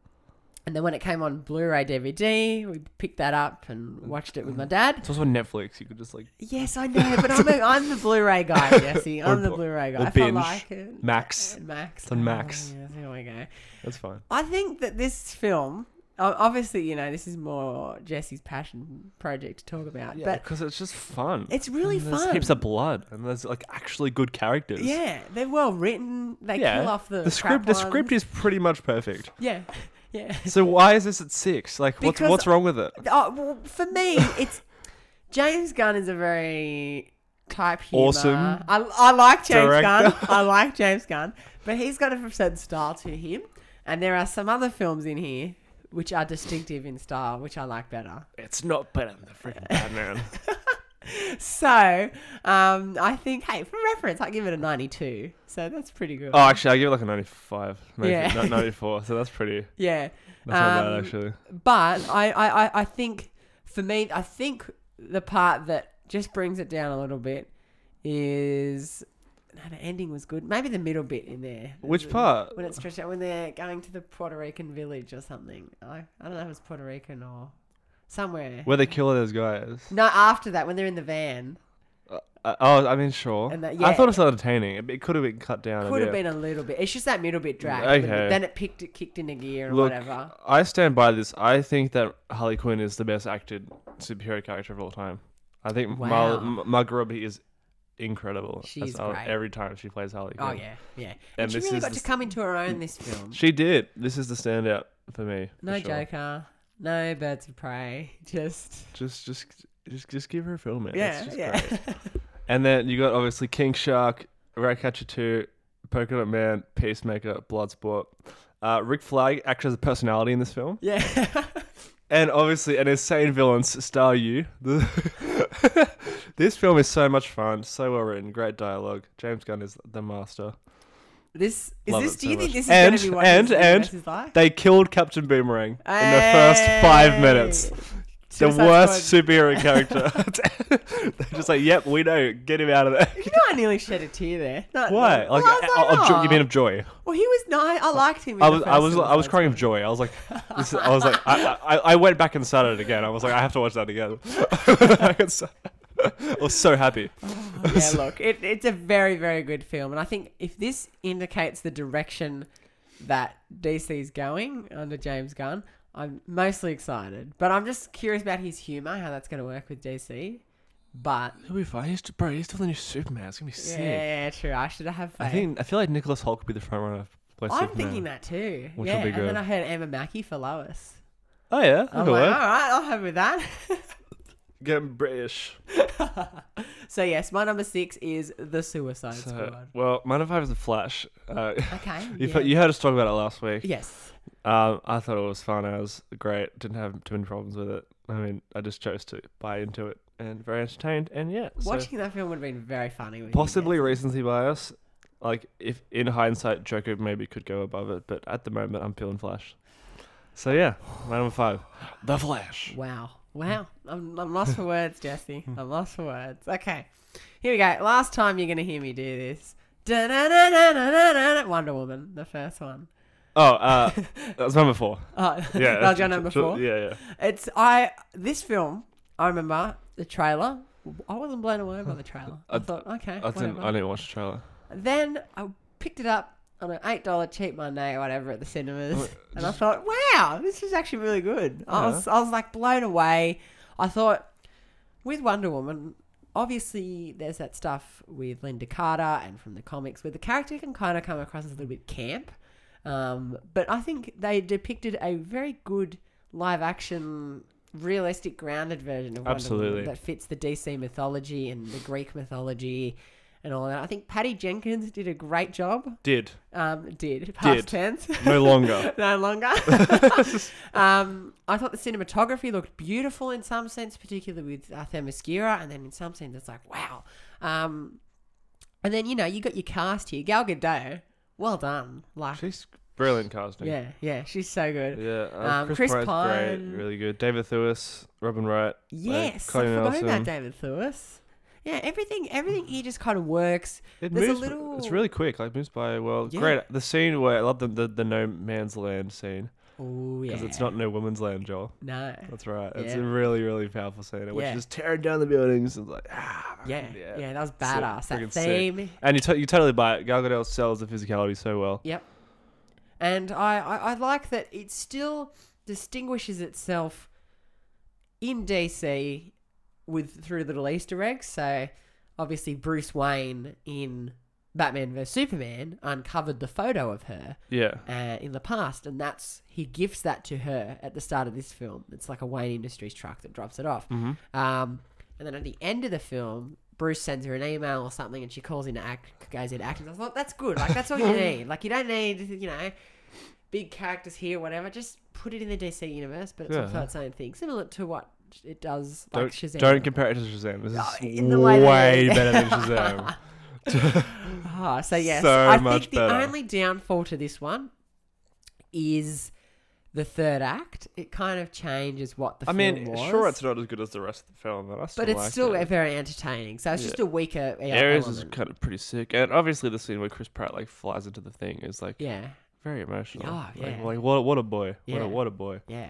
Speaker 1: and then when it came on Blu-ray DVD, we picked that up and watched it with my dad.
Speaker 2: It's also on Netflix. You could just like
Speaker 1: Yes, I know, but I'm, a, I'm the Blu-ray guy, Jesse. I'm the
Speaker 2: Or-
Speaker 1: Blu-ray guy.
Speaker 2: or
Speaker 1: If I
Speaker 2: binge.
Speaker 1: like it.
Speaker 2: Max.
Speaker 1: Max.
Speaker 2: It's on Max.
Speaker 1: Oh, yes, here we go.
Speaker 2: That's fine.
Speaker 1: I think that this film, o- obviously, you know, this is more Jesse's passion project to talk about, Uh, but
Speaker 2: because it's just fun.
Speaker 1: it's really
Speaker 2: And there's
Speaker 1: fun.
Speaker 2: heaps of blood, and there's like actually good characters.
Speaker 1: yeah, they're well written. They
Speaker 2: Yeah.
Speaker 1: kill off the,
Speaker 2: The script. The script is pretty much perfect.
Speaker 1: yeah, yeah.
Speaker 2: So why is this at six? Like, what's
Speaker 1: Because-
Speaker 2: what's wrong with it?
Speaker 1: Oh, well, for me, it's James Gunn is a very type humor.
Speaker 2: Awesome
Speaker 1: I, I like James Gunn.
Speaker 2: director.
Speaker 1: I like James Gunn, but he's got a certain style to him, and there are some other films in here which are distinctive in style, which I like better.
Speaker 2: It's not better than the freaking Batman.
Speaker 1: So, um, I think, hey, for reference, I give it a ninety-two. So that's pretty good.
Speaker 2: oh, actually, I give it like a ninety-five, maybe
Speaker 1: Yeah.
Speaker 2: not ninety-four. So that's pretty.
Speaker 1: yeah.
Speaker 2: That's not bad
Speaker 1: Um,
Speaker 2: actually.
Speaker 1: but I, I, I- I think for me, I think the part that just brings it down a little bit is no, the ending was good. Maybe the middle bit in there.
Speaker 2: Which
Speaker 1: The-
Speaker 2: part?
Speaker 1: When it's stretched out, when they're going to the Puerto Rican village or something. I, I don't know if it's Puerto Rican or somewhere.
Speaker 2: Where they kill all those guys.
Speaker 1: no, after that, when they're in the van,
Speaker 2: Uh, oh, I mean, sure.
Speaker 1: And that-
Speaker 2: I
Speaker 1: yeah.
Speaker 2: thought it was entertaining. It, it could have been cut down.
Speaker 1: could
Speaker 2: a
Speaker 1: have
Speaker 2: bit.
Speaker 1: been a little bit. It's just that middle bit dragged.
Speaker 2: Okay.
Speaker 1: but Then it picked, it kicked into gear or
Speaker 2: Look,
Speaker 1: whatever.
Speaker 2: I stand by this. I think that Harley Quinn is the best acted superhero character of all time. I think
Speaker 1: Wow.
Speaker 2: Mar- M- Margot Robbie is incredible. as
Speaker 1: She's
Speaker 2: Har-
Speaker 1: great.
Speaker 2: Every time she plays Harley Quinn.
Speaker 1: Oh yeah, yeah. And,
Speaker 2: And
Speaker 1: she
Speaker 2: this
Speaker 1: really
Speaker 2: is
Speaker 1: got
Speaker 2: the
Speaker 1: to
Speaker 2: s-
Speaker 1: come into her own this film.
Speaker 2: She did. This is the standout for me. for
Speaker 1: No
Speaker 2: sure.
Speaker 1: Joker, no Birds of Prey, just
Speaker 2: Just, just, just, just give her a film, man. It's
Speaker 1: yeah,
Speaker 2: just
Speaker 1: yeah.
Speaker 2: great. And then you got obviously King Shark, Ratcatcher 2, Pokemon Man, Peacemaker, Bloodsport. Uh, Rick Flag acts as a personality in this film.
Speaker 1: yeah.
Speaker 2: And obviously, an insane villain, Star You. this film is so much fun, so well written, great dialogue. James Gunn is the master.
Speaker 1: This is
Speaker 2: Love
Speaker 1: this.
Speaker 2: it
Speaker 1: Do you
Speaker 2: so
Speaker 1: think
Speaker 2: much.
Speaker 1: this is
Speaker 2: And-
Speaker 1: going to be one
Speaker 2: and-
Speaker 1: of his
Speaker 2: and-
Speaker 1: universes like?
Speaker 2: They killed Captain Boomerang in the first five
Speaker 1: Hey!
Speaker 2: minutes. The
Speaker 1: Suicide
Speaker 2: worst
Speaker 1: Squad.
Speaker 2: superhero character. They're just like, yep, we know. Get him out of there.
Speaker 1: You know, I nearly shed a tear there. Not,
Speaker 2: Why? Like,
Speaker 1: Well, I was
Speaker 2: I, I,
Speaker 1: like,
Speaker 2: I'm jo- you
Speaker 1: "Oh."
Speaker 2: mean of joy.
Speaker 1: Well, he was nice. I liked him. in
Speaker 2: I
Speaker 1: the
Speaker 2: was, I
Speaker 1: first
Speaker 2: was, I was
Speaker 1: Suicide
Speaker 2: crying of
Speaker 1: Squad.
Speaker 2: joy. I was like, this is, I was like, I, I, I went back and started it again. I was like, I have to watch that again. I was so- I was so happy.
Speaker 1: yeah, look, it, it's a very, very good film. And I think if this indicates the direction that DC's going under James Gunn, I'm mostly excited. But I'm just curious about his humour, how that's going to work with DC. But
Speaker 2: He'll be fine. He's, bro, he's still the new Superman. It's gonna be
Speaker 1: yeah,
Speaker 2: sick.
Speaker 1: yeah, true. I should have faith.
Speaker 2: I think I feel like Nicholas Hulk would be the front runner. for
Speaker 1: I'm
Speaker 2: Superman.
Speaker 1: thinking that too.
Speaker 2: Which
Speaker 1: yeah,
Speaker 2: will be
Speaker 1: and then
Speaker 2: good.
Speaker 1: I heard Emma Mackey for Lois.
Speaker 2: Oh yeah,
Speaker 1: I'm
Speaker 2: that'll
Speaker 1: like, all
Speaker 2: work.
Speaker 1: right, I'll have with that.
Speaker 2: Getting British.
Speaker 1: so yes, my number six is The Suicide
Speaker 2: So,
Speaker 1: Squad.
Speaker 2: well, my number five is the Flash. Uh,
Speaker 1: Okay.
Speaker 2: you
Speaker 1: yeah.
Speaker 2: put- you heard us talk about it last week.
Speaker 1: yes.
Speaker 2: Um, I thought it was fun. I was great. Didn't have too many problems with it. I mean, I just chose to buy into it and very entertained. And yeah, so-
Speaker 1: Watching that film would have been very funny. with you,
Speaker 2: possibly
Speaker 1: yes.
Speaker 2: recency bias. Like if in hindsight, Joker maybe could go above it, but at the moment, I'm feeling Flash. So yeah, my number five, the Flash.
Speaker 1: Wow. Wow. I'm, I'm lost for words, Jesse. I'm lost for words. Okay. Here we go. Last time you're going to hear me do this. Da-na-na-na-na-na-na. Wonder Woman, the first one.
Speaker 2: Oh, uh, that's number four.
Speaker 1: Uh,
Speaker 2: Yeah,
Speaker 1: that was your number four.
Speaker 2: Yeah, yeah.
Speaker 1: It's I this film. I remember the trailer. I wasn't blown away by the trailer. I,
Speaker 2: I-
Speaker 1: thought, okay,
Speaker 2: I didn't,
Speaker 1: Eh, whatever.
Speaker 2: I didn't watch the trailer.
Speaker 1: Then I picked it up on an eight dollar cheap Monday or whatever at the cinemas,
Speaker 2: Oh,
Speaker 1: and I thought, wow, this is actually really good. I
Speaker 2: Yeah.
Speaker 1: was I was like blown away. I thought with Wonder Woman. Obviously, there's that stuff with Linda Carter and from the comics where the character can kind of come across as a little bit camp. Um, but I think they depicted a very good live action, realistic, grounded version of Wonder
Speaker 2: Absolutely.
Speaker 1: Woman that fits the DC mythology and the Greek mythology and all that. I think Patty Jenkins did a great job.
Speaker 2: Did
Speaker 1: Um, did past
Speaker 2: Did.
Speaker 1: tense.
Speaker 2: no longer.
Speaker 1: no longer. um, I thought the cinematography looked beautiful in some sense, particularly with uh, Themyscira, and then in some sense it's like wow. Um, and then you know you got your cast here, Gal Gadot. Well done, like
Speaker 2: She's brilliant casting.
Speaker 1: yeah, yeah, she's so good.
Speaker 2: Yeah, uh,
Speaker 1: Um,
Speaker 2: Chris,
Speaker 1: Chris
Speaker 2: Pratt's
Speaker 1: Pine.
Speaker 2: great, really good. David Thewlis, Robin Wright.
Speaker 1: Yes,
Speaker 2: Chloe
Speaker 1: I forgot
Speaker 2: Nelson.
Speaker 1: about David Thewlis. Yeah, everything, everything here just kind of works.
Speaker 2: It
Speaker 1: There's a
Speaker 2: moves.
Speaker 1: little-
Speaker 2: It's really quick. Like moves by well.
Speaker 1: Yeah.
Speaker 2: Great. The scene where I love the the, the no man's land scene
Speaker 1: Oh yeah,
Speaker 2: because it's not no woman's land, Joel.
Speaker 1: no.
Speaker 2: That's right. It's a
Speaker 1: Yeah.
Speaker 2: really really powerful scene. Which
Speaker 1: Yeah.
Speaker 2: just tearing down the buildings and like ah
Speaker 1: Yeah,
Speaker 2: fucking
Speaker 1: yeah, that was
Speaker 2: Sick.
Speaker 1: badass.
Speaker 2: Friggin'
Speaker 1: That
Speaker 2: sick.
Speaker 1: theme.
Speaker 2: And you to- you totally buy it. Gal Gadot sells the physicality so well.
Speaker 1: Yep. And I, I, I like that it still distinguishes itself in DC with through little Easter eggs. So obviously Bruce Wayne in Batman vs Superman uncovered the photo of her
Speaker 2: Yeah.
Speaker 1: uh, in the past, and that's he gifts that to her at the start of this film. It's like a Wayne Industries truck that drops it off.
Speaker 2: Mm-hmm.
Speaker 1: Um, and then at the end of the film, Bruce sends her an email or something, and she calls in act goes into acting. I thought that's good. Like that's all you need. Like you don't need you know big characters here, whatever. Just put it in the DC universe, but it's
Speaker 2: Yeah.
Speaker 1: also its own thing, similar to what it does. Like
Speaker 2: Don't
Speaker 1: Shazam.
Speaker 2: don't compare it to Shazam. This is
Speaker 1: in the way
Speaker 2: way,
Speaker 1: that it-
Speaker 2: better than Shazam.
Speaker 1: Ah, so yes,
Speaker 2: So
Speaker 1: I
Speaker 2: much
Speaker 1: think the
Speaker 2: better.
Speaker 1: only downfall to this one is the third act. It kind of changes what the
Speaker 2: I
Speaker 1: film
Speaker 2: mean,
Speaker 1: was.
Speaker 2: sure, it's not as good as the rest of the film, but I still
Speaker 1: but it's
Speaker 2: liked
Speaker 1: still
Speaker 2: it.
Speaker 1: very entertaining. So it's just a weaker e-
Speaker 2: Ares is
Speaker 1: element.
Speaker 2: kind of pretty sick, and obviously the scene where Chris Pratt like flies into the thing is like
Speaker 1: yeah,
Speaker 2: very emotional.
Speaker 1: Oh,
Speaker 2: Like,
Speaker 1: yeah.
Speaker 2: like, what what a boy, what
Speaker 1: Yeah.
Speaker 2: a what a boy.
Speaker 1: yeah.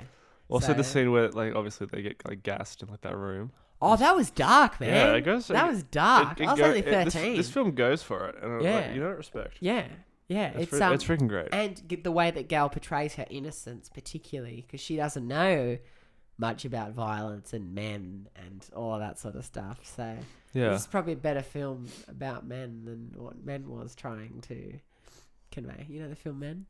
Speaker 2: Also the
Speaker 1: So-
Speaker 2: scene where like obviously they get like gassed in like that room.
Speaker 1: Oh, that was dark, man.
Speaker 2: Yeah, it goes-
Speaker 1: that
Speaker 2: it-
Speaker 1: was
Speaker 2: It-
Speaker 1: dark.
Speaker 2: it
Speaker 1: Ah, I was
Speaker 2: go-
Speaker 1: only
Speaker 2: it- this-
Speaker 1: thirteen.
Speaker 2: This, film goes for it, and yeah.
Speaker 1: Yeah.
Speaker 2: like, you know respect.
Speaker 1: yeah, yeah.
Speaker 2: It's
Speaker 1: It's,
Speaker 2: fri-
Speaker 1: um,
Speaker 2: it's freaking great.
Speaker 1: and g- the way that Gal portrays her innocence, particularly because she doesn't know much about violence and men and all that sort of stuff. So
Speaker 2: Yeah,
Speaker 1: this is probably a better film about men than what Men was trying to convey. You know the film Men.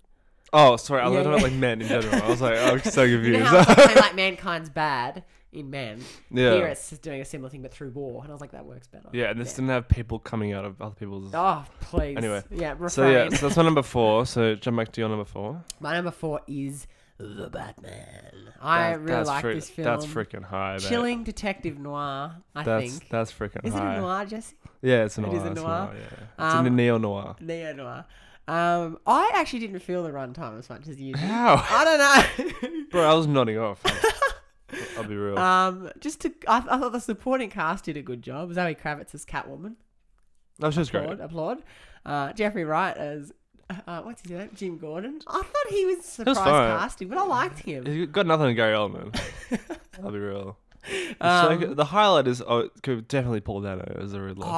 Speaker 2: Oh, sorry, I
Speaker 1: Yeah,
Speaker 2: learned
Speaker 1: yeah.
Speaker 2: about like men in general. I was like, I'm so
Speaker 1: You know
Speaker 2: confused.
Speaker 1: how it's like, like mankind's bad in Men.
Speaker 2: yeah,
Speaker 1: Here it's doing a similar thing but through war, and I was like, that works better.
Speaker 2: yeah, and this didn't have people coming out of other people's.
Speaker 1: Oh, please.
Speaker 2: Anyway.
Speaker 1: Yeah, refrain.
Speaker 2: so yeah, so that's my number four. So jump back to your number four.
Speaker 1: My number four is The Batman. I
Speaker 2: That-
Speaker 1: really
Speaker 2: that's
Speaker 1: like
Speaker 2: frick-
Speaker 1: this film.
Speaker 2: That's freaking high, mate.
Speaker 1: Chilling detective noir, I
Speaker 2: that's
Speaker 1: think.
Speaker 2: that's freaking
Speaker 1: is it
Speaker 2: high.
Speaker 1: a noir, Jesse?
Speaker 2: Yeah, it's a
Speaker 1: It
Speaker 2: noir.
Speaker 1: is a
Speaker 2: it's
Speaker 1: noir.
Speaker 2: yeah. It's a
Speaker 1: Um,
Speaker 2: neo noir.
Speaker 1: Neo noir. Um, I actually didn't feel the runtime as much as you did.
Speaker 2: How,
Speaker 1: I don't know.
Speaker 2: bro? I was nodding off. I'll be real.
Speaker 1: Um, just to, I, I thought the supporting cast did a good job. Zoe Kravitz as Catwoman.
Speaker 2: that was just
Speaker 1: Applaud,
Speaker 2: great.
Speaker 1: applaud. Uh, Jeffrey Wright as, uh, what's his name? Jim Gordon. I thought he was surprise
Speaker 2: fine.
Speaker 1: casting, but I liked him.
Speaker 2: He's got nothing to Gary Oldman. I'll be real. It's so
Speaker 1: Um,
Speaker 2: good. the highlight is oh, it could definitely Paul Dano as a Riddler.
Speaker 1: Oh,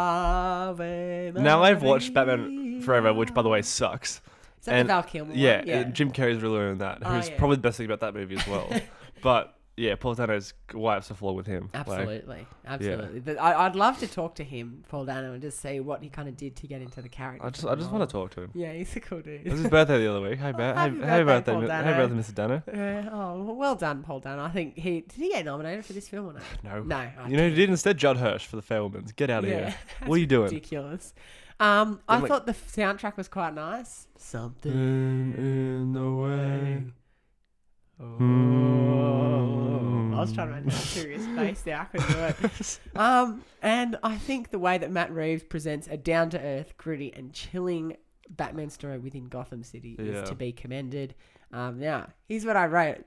Speaker 1: Ah, Ave
Speaker 2: now I've watched Batman Forever, which by the way sucks.
Speaker 1: Is that
Speaker 2: and-
Speaker 1: the Val Kilmer one?
Speaker 2: Yeah, and Jim Carrey's Riddler in that,
Speaker 1: Oh,
Speaker 2: who's
Speaker 1: yeah.
Speaker 2: probably the best thing about that movie as well. but yeah, Paul Dano's wipes the floor with him. Like,
Speaker 1: Absolutely, absolutely. But I, I'd love to talk to him, Paul Dano, and just see what he kind of did to get into the character.
Speaker 2: I just I just want to talk to him.
Speaker 1: to. Yeah, he's a cool dude.
Speaker 2: It was his birthday the other week. Hey, ba-
Speaker 1: happy
Speaker 2: hey, hey,
Speaker 1: birthday,
Speaker 2: birthday,
Speaker 1: Paul
Speaker 2: mi- hey,
Speaker 1: Dano.
Speaker 2: birthday, Mr. Dano.
Speaker 1: Yeah, oh, well, well done, Paul Dano. I think he did. He get nominated for this film or not?
Speaker 2: No.
Speaker 1: No, I
Speaker 2: You know, who did instead Judd Hirsch for the Failmans. Get out of
Speaker 1: Yeah,
Speaker 2: here. What are you doing?
Speaker 1: ridiculous. Um, I
Speaker 2: like-
Speaker 1: thought the f- soundtrack was quite nice. Something.
Speaker 2: In, in the way. Hmm.
Speaker 1: Oh. I was trying to make a serious face there. I couldn't do it. Um, and I think the way that Matt Reeves presents a down to earth, gritty, and chilling Batman story within Gotham City
Speaker 2: Yeah.
Speaker 1: is to be commended. Um, now, here's what I wrote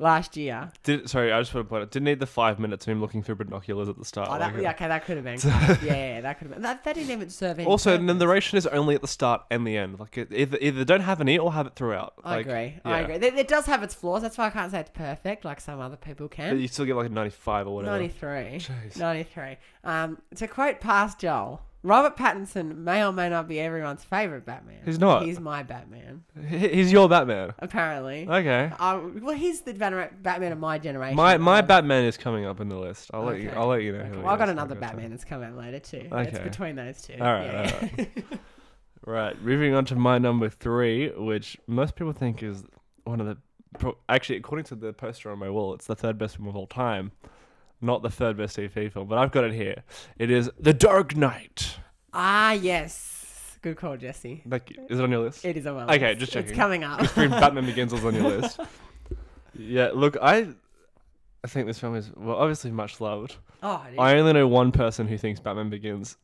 Speaker 1: last year.
Speaker 2: Did sorry, I just want to point out. Didn't need the five minutes of him looking through binoculars at the start.
Speaker 1: Oh, that,
Speaker 2: like,
Speaker 1: yeah, okay, that could have been. cut. yeah, yeah, that could have been. That, that didn't even serve any.
Speaker 2: Also, and
Speaker 1: purpose.
Speaker 2: the narration is only at the start and the end. Like it- either either don't have any or have it throughout.
Speaker 1: I
Speaker 2: Like,
Speaker 1: agree. I
Speaker 2: yeah.
Speaker 1: agree. It, it does have its flaws. That's why I can't say it's perfect like some other people
Speaker 2: But
Speaker 1: can.
Speaker 2: you still get like a ninety-five or whatever.
Speaker 1: 93.
Speaker 2: Jeez.
Speaker 1: 93. Um, to quote past Joel, Robert Pattinson may or may not be everyone's favorite Batman.
Speaker 2: He's not.
Speaker 1: He's my Batman,
Speaker 2: He- He's your Batman.
Speaker 1: apparently.
Speaker 2: Okay.
Speaker 1: I- well, he's the Batman Batman of my generation.
Speaker 2: My my
Speaker 1: Um,
Speaker 2: Batman is coming up in the list. I'll let you.
Speaker 1: Okay.
Speaker 2: I'll let you know. who
Speaker 1: Okay.
Speaker 2: it
Speaker 1: Well, I've got
Speaker 2: is.
Speaker 1: another
Speaker 2: Okay.
Speaker 1: Batman that's coming out later too. It's
Speaker 2: Okay.
Speaker 1: between those two.
Speaker 2: All right, all Right. Moving on to my number three, which most people think is one of the. pro- Actually, according to the poster on my wall, it's the third best film of all time. Not the third best TV film, but I've got it here. It is The Dark Knight.
Speaker 1: ah, yes. Good call, Jesse.
Speaker 2: Like, is it on your list?
Speaker 1: It is on my
Speaker 2: Okay,
Speaker 1: list.
Speaker 2: just
Speaker 1: It's
Speaker 2: checking.
Speaker 1: coming up.
Speaker 2: Scream Batman Begins was on your list. Yeah. Look, I. I think this film is well, obviously much loved.
Speaker 1: oh, it is.
Speaker 2: I only know one person who thinks Batman Begins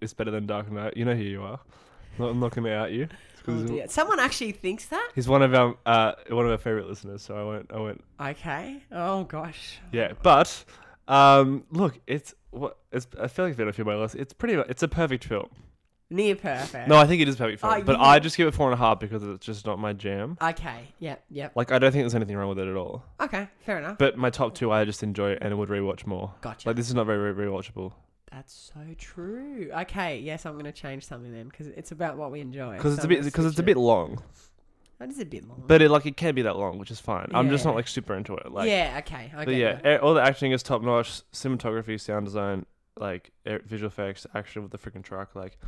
Speaker 2: is better than Dark Knight. You know who you are. Not, I'm not going to out you. It's 'cause
Speaker 1: Oh,
Speaker 2: he's-
Speaker 1: dear. Someone actually thinks that?
Speaker 2: He's one of our uh, one of our favorite listeners, so I won't I won't
Speaker 1: Okay. Oh gosh.
Speaker 2: yeah. But um, look, it's what it's I feel like it's been a few of my lists. It's pretty much it's a perfect film.
Speaker 1: Near perfect.
Speaker 2: No, I think it is a perfect film,
Speaker 1: Oh,
Speaker 2: but
Speaker 1: yeah.
Speaker 2: I just give it four and a half because it's just not my jam.
Speaker 1: Okay. Yep. Yep.
Speaker 2: Like I don't think there's anything wrong with it at all.
Speaker 1: Okay. Fair enough.
Speaker 2: But my top two, I just enjoy and would rewatch more.
Speaker 1: Gotcha.
Speaker 2: Like this is not very very rewatchable
Speaker 1: That's so true. Okay. Yes, I'm gonna change something then because it's about what we enjoy.
Speaker 2: because
Speaker 1: so
Speaker 2: it's a
Speaker 1: I'm
Speaker 2: bit
Speaker 1: gonna
Speaker 2: because it's a
Speaker 1: switch
Speaker 2: bit long.
Speaker 1: it. That is a bit long.
Speaker 2: But it like it can be that long, which is fine. I'm just
Speaker 1: Yeah.
Speaker 2: not like super into it. Like
Speaker 1: yeah. Okay. I
Speaker 2: But
Speaker 1: get
Speaker 2: yeah,
Speaker 1: that.
Speaker 2: e all the acting is top notch. Cinematography, sound design, like e- visual effects, action with the freaking truck. Like,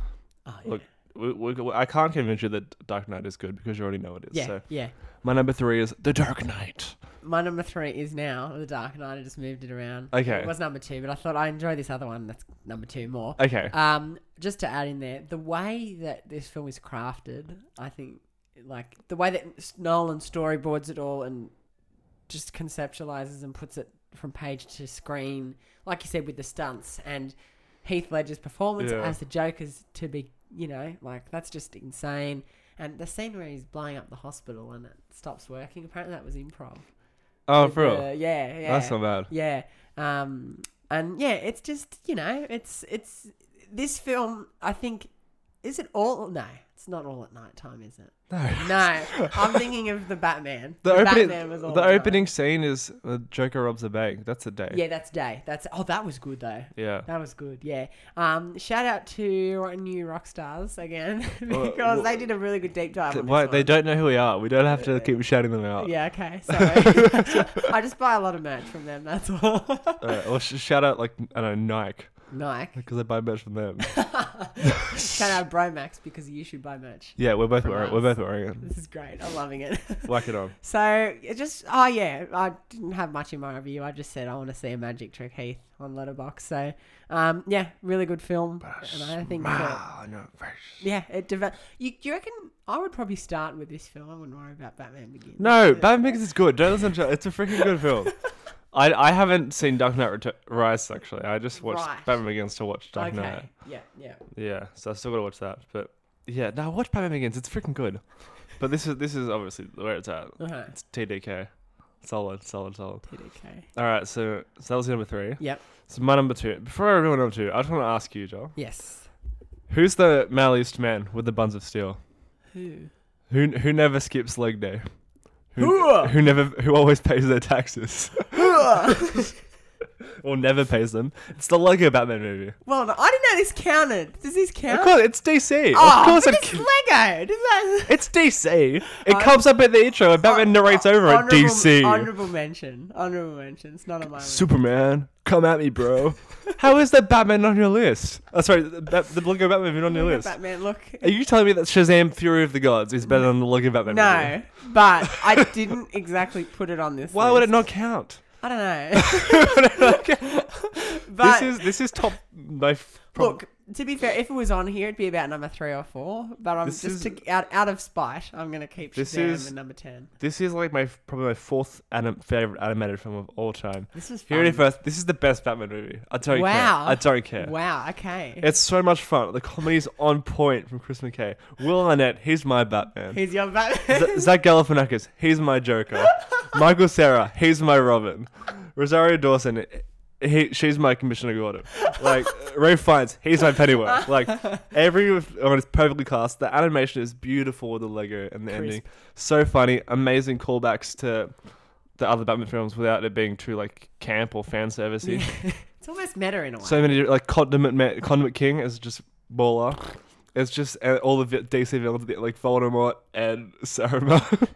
Speaker 1: Oh,
Speaker 2: look, we, we, we- I can't convince you that Dark Knight is good because you already know it is.
Speaker 1: yeah. Yeah.
Speaker 2: So
Speaker 1: yeah.
Speaker 2: my number three is The Dark Knight.
Speaker 1: My number three is now The Dark Knight. I just moved it around.
Speaker 2: Okay.
Speaker 1: It was number two, but I thought I enjoy this other one. That's number two more.
Speaker 2: Okay.
Speaker 1: Um, just to add in there, the way that this film is crafted, I think, like the way that S- Nolan storyboards it all and just conceptualizes and puts it from page to screen, like you said with the stunts and Heath Ledger's performance
Speaker 2: Yeah.
Speaker 1: as the Joker's to be, you know, like that's just insane. And the scene where he's blowing up the hospital and it stops working, apparently that was improv.
Speaker 2: oh,
Speaker 1: With
Speaker 2: for real.
Speaker 1: the- yeah, yeah.
Speaker 2: That's not bad.
Speaker 1: Yeah. Um and yeah, it's just, you know, it's it's this film I think is it all no, it's not all at night time, is it?
Speaker 2: No.
Speaker 1: No. I'm thinking of the Batman.
Speaker 2: The, opening,
Speaker 1: Batman was all
Speaker 2: the
Speaker 1: at night.
Speaker 2: opening scene is uh, Joker robs a bank. That's a day.
Speaker 1: Yeah, that's day. That's oh that was good though.
Speaker 2: Yeah.
Speaker 1: That was good, yeah. Um, shout out to New Rock Stars again because
Speaker 2: well-
Speaker 1: they did a really good deep dive.
Speaker 2: Th-
Speaker 1: on this
Speaker 2: why-
Speaker 1: one.
Speaker 2: they don't know who we are. We don't have to keep shouting them out.
Speaker 1: Yeah, okay. Sorry, I just buy a lot of merch from them. That's all.
Speaker 2: Uh, or sh- shout out like I don't know Nike
Speaker 1: Nike.
Speaker 2: because I buy merch from them.
Speaker 1: Shout out Bromax because you should buy merch.
Speaker 2: yeah, we're both
Speaker 1: From
Speaker 2: wearing.
Speaker 1: us.
Speaker 2: We're both wearing
Speaker 1: This is great. I'm loving it.
Speaker 2: it. Whack it on.
Speaker 1: so it just oh yeah, I didn't have much in my review. I just said I want to see a magic trick Heath on Letterbox. So um, yeah, really good film, and I think that, yeah, it developed. You, do you reckon I would probably start with this film? I wouldn't worry about Batman Begins.
Speaker 2: No, Batman Begins is good. Don't listen to it. It's a freaking good film. I, I haven't seen Dark Knight Retu- Rise actually. I just watched
Speaker 1: Right.
Speaker 2: Batman Begins to watch Dark
Speaker 1: okay,
Speaker 2: Knight.
Speaker 1: yeah, yeah.
Speaker 2: Yeah, so I still gotta watch that. But yeah, now watch Batman Begins. It's freaking good. But this is this is obviously where it's at.
Speaker 1: Uh-huh.
Speaker 2: It's TDK. Solid, solid, solid.
Speaker 1: TDK.
Speaker 2: All right, so so that was your number three.
Speaker 1: Yep.
Speaker 2: So my number two. Before I reveal my number two, I just want to ask you, Joel,
Speaker 1: Yes.
Speaker 2: who's the Mal East man with the buns of steel?
Speaker 1: Who?
Speaker 2: Who who never skips leg day? Who,
Speaker 1: Hooah!
Speaker 2: who never who always pays their taxes
Speaker 1: well,
Speaker 2: or never pays them? It's the Lego Batman movie.
Speaker 1: no, I didn't know this counted. Does this count?
Speaker 2: Of course, it's DC.
Speaker 1: oh,
Speaker 2: of course,
Speaker 1: but
Speaker 2: it,
Speaker 1: it's Lego. Does that?
Speaker 2: it's DC. It
Speaker 1: I-
Speaker 2: comes up at the intro, and Batman narrates over it.
Speaker 1: uh, Honorable-
Speaker 2: DC.
Speaker 1: Honorable mention. Honorable mention. It's not on my list.
Speaker 2: Superman, come at me, bro. How is that Batman on your list? Oh, sorry, the, the Lego Batman movie on your
Speaker 1: Look at
Speaker 2: list.
Speaker 1: Batman, look.
Speaker 2: Are you telling me that Shazam: Fury of the Gods is better than the Lego Batman movie?
Speaker 1: No, but I didn't exactly put it on this.
Speaker 2: Why would it
Speaker 1: list.
Speaker 2: not count?
Speaker 1: I don't know.
Speaker 2: Why would it not count?
Speaker 1: But
Speaker 2: this is this is top my f- prob-
Speaker 1: look, to be fair, if it was on here, it'd be about number three or four. But I'm
Speaker 2: This
Speaker 1: just
Speaker 2: is-
Speaker 1: to, out out of spite. I'm gonna keep
Speaker 2: This
Speaker 1: Shazam
Speaker 2: is-
Speaker 1: at number ten.
Speaker 2: This is like my probably my fourth anim- favorite animated film of all time.
Speaker 1: This is
Speaker 2: Here it
Speaker 1: fun.
Speaker 2: is first. This is the best Batman movie. I don't
Speaker 1: Um, Wow.
Speaker 2: care. I don't care.
Speaker 1: Wow. Okay.
Speaker 2: It's so much fun. The comedy's on point from Chris McKay. Will Arnett, he's my Batman.
Speaker 1: Here's your Batman.
Speaker 2: Z- Zach Galifianakis, he's my Joker. Michael Sarah, he's my Robin. Rosario Dawson, he, she's my Commissioner Gordon. Like Ray Fiennes, he's my Pennyworth. Like everyone is perfectly cast. The animation is beautiful with the Lego and the
Speaker 1: Crisp.
Speaker 2: ending. So funny, amazing callbacks to the other Batman films without it being too like camp or fan servicey.
Speaker 1: it's almost meta in a way.
Speaker 2: So many like condiment Ma- condiment king is just baller. It's just uh, all the vi- DC villains like Voldemort and Saruman.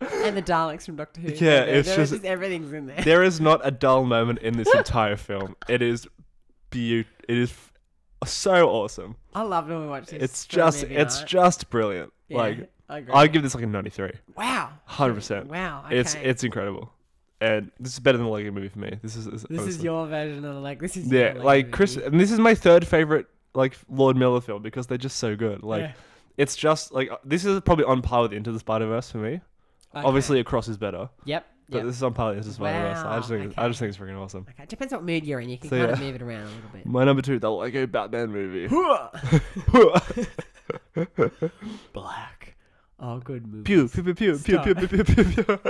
Speaker 1: and the Daleks from Doctor Who.
Speaker 2: Yeah,
Speaker 1: They're-
Speaker 2: it's
Speaker 1: they're
Speaker 2: just-
Speaker 1: everything's in there.
Speaker 2: there is not a dull moment in this entire film. It is beaut. It is f- so awesome.
Speaker 1: I love when we watch this.
Speaker 2: It's
Speaker 1: for a
Speaker 2: just
Speaker 1: movie
Speaker 2: it's
Speaker 1: night.
Speaker 2: just brilliant.
Speaker 1: Yeah,
Speaker 2: Like
Speaker 1: I agree.
Speaker 2: I give this like a 93.
Speaker 1: wow.
Speaker 2: 100%.
Speaker 1: Wow. Okay.
Speaker 2: It's it's incredible. And this is better than the Lego movie for me. This is
Speaker 1: this is
Speaker 2: honestly.
Speaker 1: your version of like this is your
Speaker 2: Yeah,
Speaker 1: Lego
Speaker 2: like Chris
Speaker 1: movie.
Speaker 2: and this is my third favorite like Lord Miller film because they're just so good. Like
Speaker 1: Yeah.
Speaker 2: it's just like uh, this is probably on par with Into the Spider Verse for me.
Speaker 1: Okay.
Speaker 2: Obviously, across is better,
Speaker 1: Yep.
Speaker 2: but
Speaker 1: Yep.
Speaker 2: this is on par with Into the Spider Verse. I just
Speaker 1: Wow,
Speaker 2: think
Speaker 1: okay.
Speaker 2: I just think it's freaking awesome.
Speaker 1: Okay. Depends what mood you're in. You can
Speaker 2: So,
Speaker 1: kind of
Speaker 2: yeah.
Speaker 1: move it around a little bit.
Speaker 2: My number two, the Lego Batman movie.
Speaker 1: Black. Oh, good movie.
Speaker 2: pew pew pew pew pew
Speaker 1: Stop.
Speaker 2: pew pew pew. pew, pew.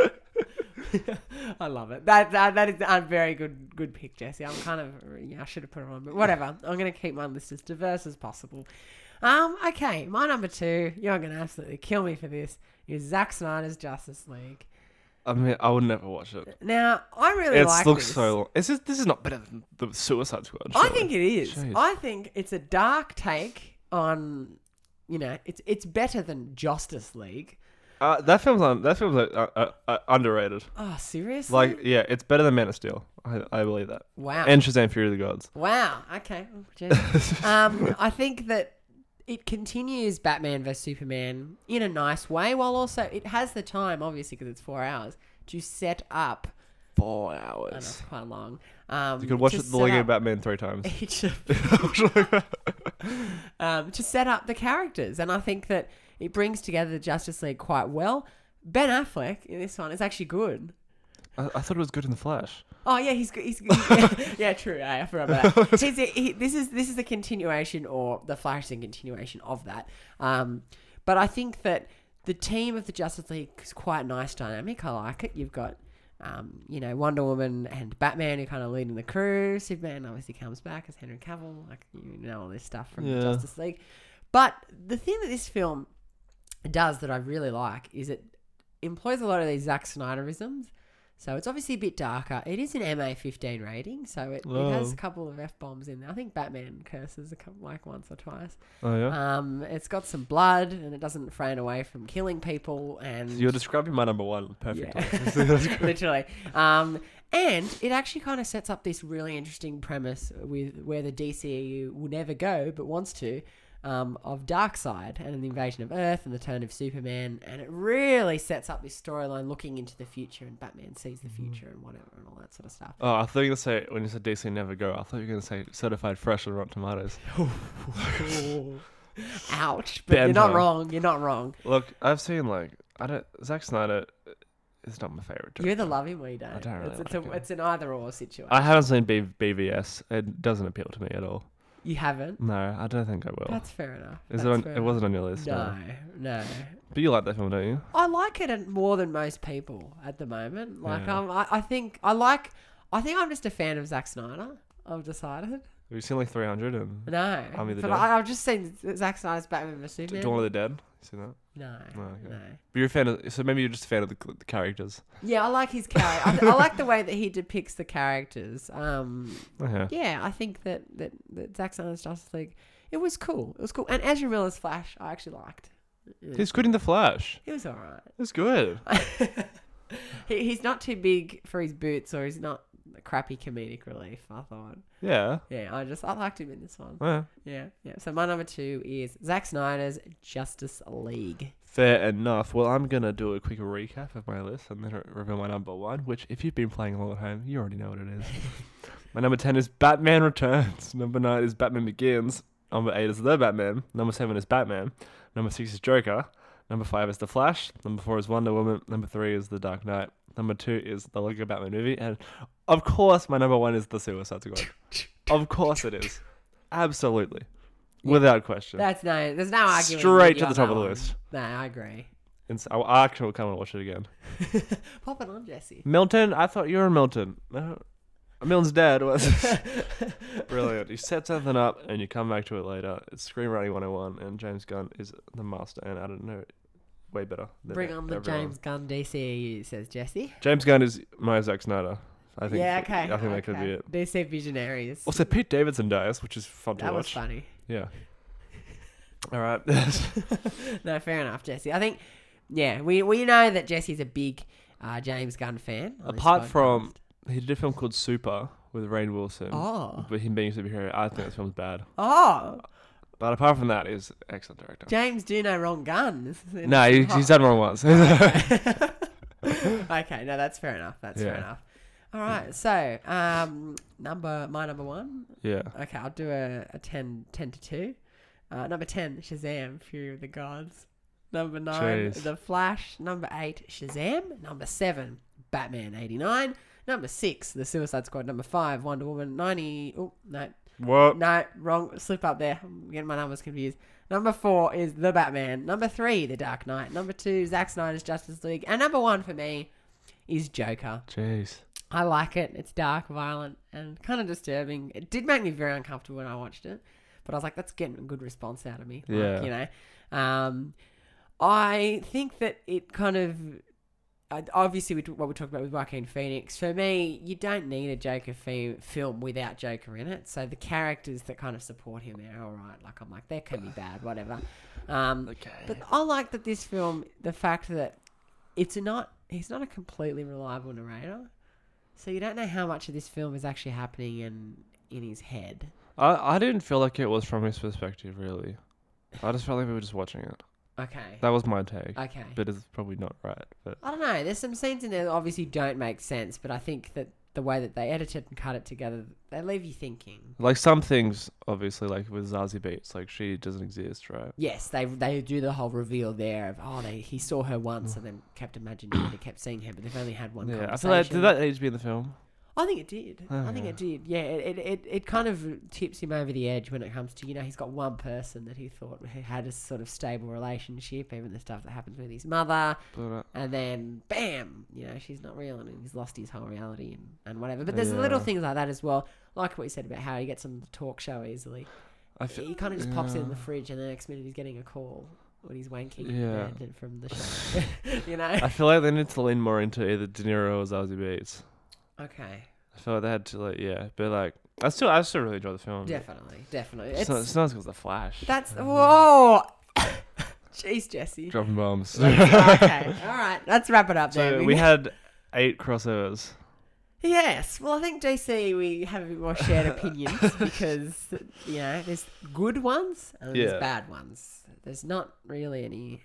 Speaker 1: I love it. That that, that is a very good good pick, Jesse. I'm kind of yeah, I should have put it on, but whatever. I'm gonna keep my list as diverse as possible. Um, okay, my number two, you're gonna absolutely kill me for this, is Zack Snyder's Justice League.
Speaker 2: I mean, I would never watch it.
Speaker 1: Now, I really
Speaker 2: It
Speaker 1: like
Speaker 2: looks
Speaker 1: this.
Speaker 2: so long. This is this is not better than the Suicide Squad.
Speaker 1: I
Speaker 2: surely.
Speaker 1: think it is.
Speaker 2: Jeez.
Speaker 1: I think it's a dark take on you know, it's it's better than Justice League.
Speaker 2: uh, that film's un- that film's uh, uh, uh, underrated.
Speaker 1: Oh, seriously?
Speaker 2: Like, yeah, it's better than Man of Steel. I, I believe that.
Speaker 1: wow.
Speaker 2: And Shazam: Fury of the Gods.
Speaker 1: Wow. Okay. Oh, geez. um, I think that it continues Batman vs Superman in a nice way, while also it has the time, obviously, because it's four hours to set up.
Speaker 2: Four
Speaker 1: I know, it's
Speaker 2: hours.
Speaker 1: quite long. Um,
Speaker 2: You could watch
Speaker 1: to
Speaker 2: the
Speaker 1: set
Speaker 2: Lego
Speaker 1: up Eh.
Speaker 2: Batman three times.
Speaker 1: Each of um, to set up the characters. And I think that it brings together the Justice League quite well. Ben Affleck in this one is actually good.
Speaker 2: I, I thought it was good in the Flash.
Speaker 1: Oh yeah, he's good. He's good. Yeah, yeah, true. I forgot about that. He's a, he, this is this is a continuation or the Flash is a continuation of that. Um, but I think that the team of the Justice League is quite nice dynamic. I like it. You've got. Um, you know, Wonder Woman and Batman who kind of leading the crew. Superman obviously comes back as Henry Cavill. Like you know all this stuff from
Speaker 2: Yeah.
Speaker 1: the Justice League. But the thing that this film does that I really like is it employs a lot of these Zack Snyderisms. So it's obviously a bit darker. It is an MA fifteen rating, so it, it has
Speaker 2: Whoa.
Speaker 1: a couple of f bombs in there. I think Batman curses a couple like once or twice.
Speaker 2: Oh yeah.
Speaker 1: Um, it's got some blood, and it doesn't fray away from killing people. And
Speaker 2: You're describing my number one perfectly.
Speaker 1: yeah. Literally. Um, and it actually kind of sets up this really interesting premise with where the DCEU will never go but wants to um, of Darkseid and the invasion of Earth and the turn of Superman. And it really sets up this storyline looking into the future and Batman sees the
Speaker 2: Mm-hmm.
Speaker 1: future and whatever and all that sort of stuff.
Speaker 2: Oh, I thought you were gonna say when you said DC never go. I thought you were gonna say certified fresh and rotten tomatoes.
Speaker 1: Ouch. But you're not
Speaker 2: Banter.
Speaker 1: wrong. You're not wrong.
Speaker 2: Look, I've seen like I don't Zack Snyder is not my favorite.
Speaker 1: You
Speaker 2: Director.
Speaker 1: either love him or you don't.
Speaker 2: don't really
Speaker 1: it's, it's,
Speaker 2: like
Speaker 1: a,
Speaker 2: him.
Speaker 1: it's an either or situation.
Speaker 2: I haven't seen B- BVS. It doesn't appeal to me at all.
Speaker 1: you haven't?
Speaker 2: No, I don't think I will.
Speaker 1: That's fair enough.
Speaker 2: is it
Speaker 1: That's
Speaker 2: on?
Speaker 1: fair
Speaker 2: It wasn't on your list. No.
Speaker 1: enough. No, no.
Speaker 2: But you like that film, don't you?
Speaker 1: I like it an- more than most people at the moment. Like
Speaker 2: Yeah.
Speaker 1: um, I, I think I like. I think I'm just a fan of Zack Snyder. I've decided.
Speaker 2: Have you seen like 300 and
Speaker 1: No,
Speaker 2: Army of the
Speaker 1: but
Speaker 2: Dead?
Speaker 1: I, I've just seen Zack Snyder's Batman vs
Speaker 2: D-
Speaker 1: Superman.
Speaker 2: Dawn of the Dead? You seen that?
Speaker 1: no,
Speaker 2: Oh, okay.
Speaker 1: no.
Speaker 2: But you're a fan of. So maybe you're just a fan of the, the characters.
Speaker 1: Yeah, I like his character. I, I like the way that he depicts the characters. Um,
Speaker 2: Okay.
Speaker 1: yeah, I think that that, that Zack Snyder's Justice League, it was cool. It was cool, and Ezra Miller's Flash, I actually liked.
Speaker 2: He's good in the Flash.
Speaker 1: It was alright.
Speaker 2: He's good.
Speaker 1: He, he's not too big for his boots, or he's not a crappy comedic relief. I thought.
Speaker 2: Yeah.
Speaker 1: Yeah, I just I liked him in this one.
Speaker 2: yeah.
Speaker 1: Yeah, yeah. So my number two is Zack Snyder's Justice League.
Speaker 2: Fair enough. Well, I'm going to do a quick recap of my list and then re- reveal my number one, which, if you've been playing along at home, you already know what it is. My number 10 is Batman Returns. Number 9 is Batman Begins. Number 8 is The Batman. Number 7 is Batman. Number 6 is Joker. Number 5 is The Flash. Number 4 is Wonder Woman. Number 3 is The Dark Knight. Number 2 is The Lego Batman movie. And of course, my number 1 is The Suicide Squad. of course it is. Absolutely. Without question.
Speaker 1: That's no. There's no arguing.
Speaker 2: Straight to the
Speaker 1: You got
Speaker 2: top of
Speaker 1: that
Speaker 2: the
Speaker 1: one.
Speaker 2: list.
Speaker 1: No, I agree.
Speaker 2: And so I actually will come and watch it again.
Speaker 1: Pop it on, Jesse.
Speaker 2: Milton, I thought you were Milton. No. Milton's dad was brilliant. You set something up and you come back to it later. It's Screenwriting 101, and James Gunn is the master, and I don't know, way better. Than
Speaker 1: Bring on the
Speaker 2: everyone.
Speaker 1: James Gunn DCU, says Jesse.
Speaker 2: James Gunn is my Zack Snyder. I think.
Speaker 1: Yeah, okay.
Speaker 2: I think that could
Speaker 1: okay.
Speaker 2: be it.
Speaker 1: DC Visionaries.
Speaker 2: Also, Pete Davidson dies, which is fun to
Speaker 1: that was
Speaker 2: watch.
Speaker 1: funny.
Speaker 2: Yeah. All right.
Speaker 1: No, fair enough, Jesse. I think, yeah, we, we know that Jesse's a big uh, James Gunn fan. on this
Speaker 2: Apart
Speaker 1: podcast.
Speaker 2: from he did a film called Super with Rain Wilson,
Speaker 1: Oh.
Speaker 2: but him being a superhero, I think this film's bad.
Speaker 1: Oh,
Speaker 2: But apart from that, he's excellent director.
Speaker 1: James do no wrong guns.
Speaker 2: no, he, he's done wrong once.
Speaker 1: okay, no, that's fair enough. That's fair
Speaker 2: Yeah.
Speaker 1: enough. All right, so um, number my number one.
Speaker 2: yeah.
Speaker 1: Okay, I'll do a, a 10, 10 to two. Uh, number ten, Shazam: Fury of the Gods. Number nine,
Speaker 2: Jeez.
Speaker 1: The Flash. Number eight, Shazam. Number seven, Batman '89. Number six, The Suicide Squad. Number five, Wonder Woman '90. Oh no,
Speaker 2: What?
Speaker 1: no, wrong. Slip up there. I'm getting my numbers confused. Number four is The Batman. Number three, The Dark Knight. Number two, Zack Snyder's Justice League. And number one for me is Joker.
Speaker 2: Jeez.
Speaker 1: I like it. It's dark, violent, and kind of disturbing. It did make me very uncomfortable when I watched it, but I was like, that's getting a good response out of me. Like,
Speaker 2: Yeah.
Speaker 1: You know, um, I think that it kind of. I- Obviously, we, what we talked about with Joaquin Phoenix, for me, you don't need a Joker fi- film without Joker in it. So the characters that kind of support him are all right. Like I'm like, they can be bad, whatever. Um, but I like that this film, the fact that it's not, he's not a completely reliable narrator. So you don't know how much of this film is actually happening in in his head.
Speaker 2: I, I didn't feel like it was from his perspective, really. I just felt like we were just watching it.
Speaker 1: Okay.
Speaker 2: That was my take.
Speaker 1: Okay.
Speaker 2: But it's probably not right. But
Speaker 1: I don't know. There's some scenes in there that obviously don't make sense, but I think that the way that they edit it and cut it together, they leave you thinking.
Speaker 2: like some things, obviously, like with Zazie Beats, like she doesn't exist, right?
Speaker 1: Yes, they they do the whole reveal there of oh they he saw her once and then kept imagining that he kept seeing her, but they've only had one
Speaker 2: Yeah. I
Speaker 1: conversation.
Speaker 2: feel like did that age be in the film?
Speaker 1: I think it did.
Speaker 2: Oh,
Speaker 1: I think
Speaker 2: yeah.
Speaker 1: it did. Yeah, it, it, it, it kind of tips him over the edge when it comes to, you know, he's got one person that he thought had a sort of stable relationship, even the stuff that happens with his mother,
Speaker 2: But, uh,
Speaker 1: and then bam, you know, she's not real and he's lost his whole reality and, and whatever. But there's little
Speaker 2: Yeah.
Speaker 1: things like that as well, like what you said about how he gets some talk show easily.
Speaker 2: I feel.
Speaker 1: He kind of just pops it in the
Speaker 2: yeah.
Speaker 1: fridge and the next minute he's getting a call when he's wanking
Speaker 2: Yeah.
Speaker 1: in bed from the show, you know?
Speaker 2: I feel like they need to lean more into either De Niro or Zazie Beats.
Speaker 1: Okay,
Speaker 2: I feel like they had to like yeah, but like I still I still really enjoy the film.
Speaker 1: definitely, definitely.
Speaker 2: It's, not it's not because the Flash.
Speaker 1: That's whoa. Jeez, Jesse.
Speaker 2: dropping bombs.
Speaker 1: okay, all right. Let's wrap it up there.
Speaker 2: so we had eight crossovers.
Speaker 1: yes. Well, I think DC we have a bit more shared opinions because you know there's good ones and
Speaker 2: Yeah.
Speaker 1: there's bad ones. There's not really any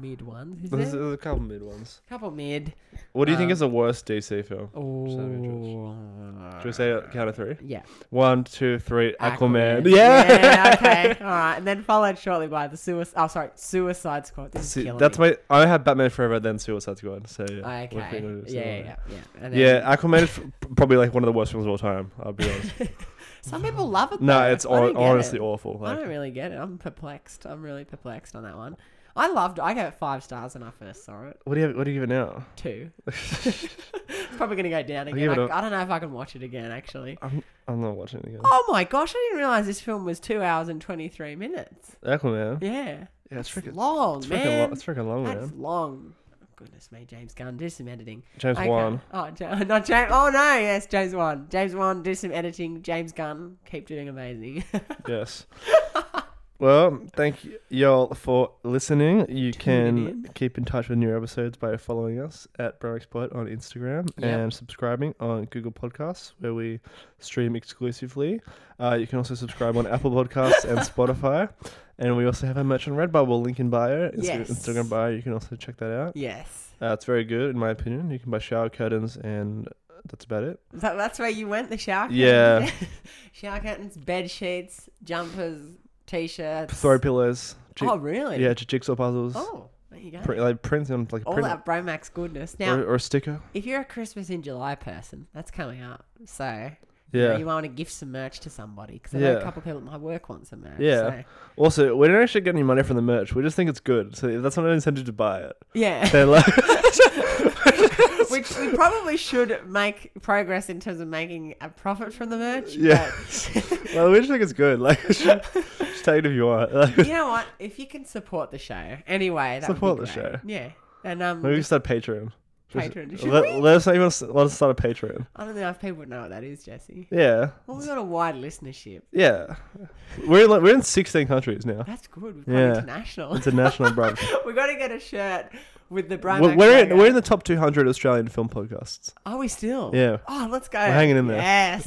Speaker 1: mid ones. Is
Speaker 2: There's,
Speaker 1: there?
Speaker 2: there's a couple mid ones.
Speaker 1: A couple mid.
Speaker 2: What do you think
Speaker 1: Um,
Speaker 2: is the worst DC film? out of interest.
Speaker 1: Oh.
Speaker 2: Should we
Speaker 1: uh,
Speaker 2: say a count of three?
Speaker 1: Yeah.
Speaker 2: One, two, three. Aquaman.
Speaker 1: yeah.
Speaker 2: Yeah.
Speaker 1: Okay. All right. And then followed shortly by the suicide. Oh, sorry, Suicide Squad. This is
Speaker 2: See,
Speaker 1: killing
Speaker 2: that's
Speaker 1: me.
Speaker 2: my. I have Batman Forever, then Suicide Squad. So yeah. we're
Speaker 1: Okay.
Speaker 2: thinking of
Speaker 1: Yeah, yeah,
Speaker 2: Suicide
Speaker 1: yeah,
Speaker 2: Squad.
Speaker 1: yeah. And then-
Speaker 2: Yeah, Aquaman is f- probably like one of the worst films of all time. I'll be honest.
Speaker 1: Some people love it.
Speaker 2: no,
Speaker 1: though.
Speaker 2: it's
Speaker 1: I
Speaker 2: hon-
Speaker 1: don't get
Speaker 2: honestly
Speaker 1: it.
Speaker 2: awful.
Speaker 1: I don't
Speaker 2: Like,
Speaker 1: really get it. I'm perplexed. I'm really perplexed on that one. I loved. I gave it five stars when I first saw it.
Speaker 2: what do you What do you give it now?
Speaker 1: Two. it's probably gonna go down again.
Speaker 2: give it
Speaker 1: I,
Speaker 2: a-
Speaker 1: I don't know if I can watch it again. Actually.
Speaker 2: I'm, I'm not watching it again.
Speaker 1: Oh my gosh! I didn't realize this film was two hours and twenty three minutes.
Speaker 2: Aquaman.
Speaker 1: Yeah.
Speaker 2: Yeah, it's freaking.
Speaker 1: long,
Speaker 2: It's freaking,
Speaker 1: man.
Speaker 2: lo- it's freaking long,
Speaker 1: That's
Speaker 2: man.
Speaker 1: long. Oh, goodness me, James Gunn, do some editing.
Speaker 2: James
Speaker 1: Okay.
Speaker 2: Wan.
Speaker 1: Oh, Ja- not James. Oh no, yes, James Wan. James Wan, do some editing. James Gunn, keep doing amazing.
Speaker 2: Yes. well, thank y- y'all for listening. You can
Speaker 1: in.
Speaker 2: keep in touch with new episodes by following us at Bro Exploit on Instagram
Speaker 1: Yep.
Speaker 2: and subscribing on Google Podcasts, where we stream exclusively. Uh, you can also subscribe on Apple Podcasts and Spotify. And we also have our merch on Redbubble, link in bio, Insta-
Speaker 1: Yes.
Speaker 2: Instagram bio. You can also check that out.
Speaker 1: yes.
Speaker 2: Uh, it's very good, in my opinion. You can buy shower curtains and That's about it.
Speaker 1: That, that's where you went, the shower curtain.
Speaker 2: Yeah.
Speaker 1: shower curtains, bed sheets, jumpers, t-shirts.
Speaker 2: Throw pillows. Jig-
Speaker 1: oh, really?
Speaker 2: Yeah, j- jigsaw puzzles.
Speaker 1: Oh, there you go.
Speaker 2: Print, like print them like
Speaker 1: All
Speaker 2: print
Speaker 1: that Bromax goodness. Now,
Speaker 2: or, or a sticker.
Speaker 1: if you're a Christmas in July person, that's coming up. So you know,
Speaker 2: Yeah.
Speaker 1: you might want to gift some merch to somebody because I know a
Speaker 2: Yeah.
Speaker 1: couple of people at my work want some merch.
Speaker 2: Yeah.
Speaker 1: so-
Speaker 2: Also, we don't actually get any money from the merch. We just think it's good, so that's not an incentive to buy it.
Speaker 1: yeah.
Speaker 2: They're like,
Speaker 1: Which we probably should make progress in terms of making a profit from the merch.
Speaker 2: yeah.
Speaker 1: but-
Speaker 2: well, we just think it's good. Like, just, just take it if you want. Like,
Speaker 1: you know what? If you can support the show anyway, that
Speaker 2: Support
Speaker 1: would
Speaker 2: the
Speaker 1: be
Speaker 2: show.
Speaker 1: great. Yeah, and um,
Speaker 2: maybe we start Patreon. Just-
Speaker 1: Patreon. Should
Speaker 2: Let, let us know if you want to, let us start a Patreon.
Speaker 1: I don't know if people would know what that is, Jesse.
Speaker 2: Yeah.
Speaker 1: Well, we've got a wide listenership.
Speaker 2: Yeah. We're in, like, we're in 16 countries now.
Speaker 1: That's good. We've gone
Speaker 2: Yeah.
Speaker 1: international.
Speaker 2: International, bro.
Speaker 1: we got to get a shirt with the brand.
Speaker 2: we're, we're, in, we're in the top 200 Australian film podcasts.
Speaker 1: Are we still?
Speaker 2: Yeah.
Speaker 1: Oh, let's go.
Speaker 2: We're hanging in there.
Speaker 1: Yes.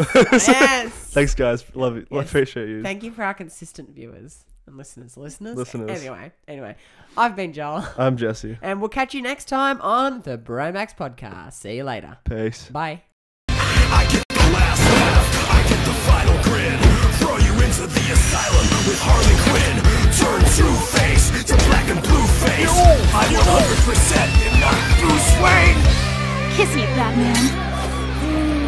Speaker 1: yes.
Speaker 2: Thanks, guys. Love you.
Speaker 1: Yes.
Speaker 2: Appreciate you.
Speaker 1: Thank you for our consistent viewers and listeners. Listeners.
Speaker 2: Listeners.
Speaker 1: Anyway, anyway, I've been Joel,
Speaker 2: I'm Jesse.
Speaker 1: and we'll catch you next time on the Bromax podcast. See you later.
Speaker 2: Peace.
Speaker 1: Bye.
Speaker 3: I get the last laugh, I get the final grin. Throw you into the asylum with Harley Quinn. Turn true face to black and blue face. I'm 100% and not Bruce Wayne.
Speaker 4: Kiss me, Batman.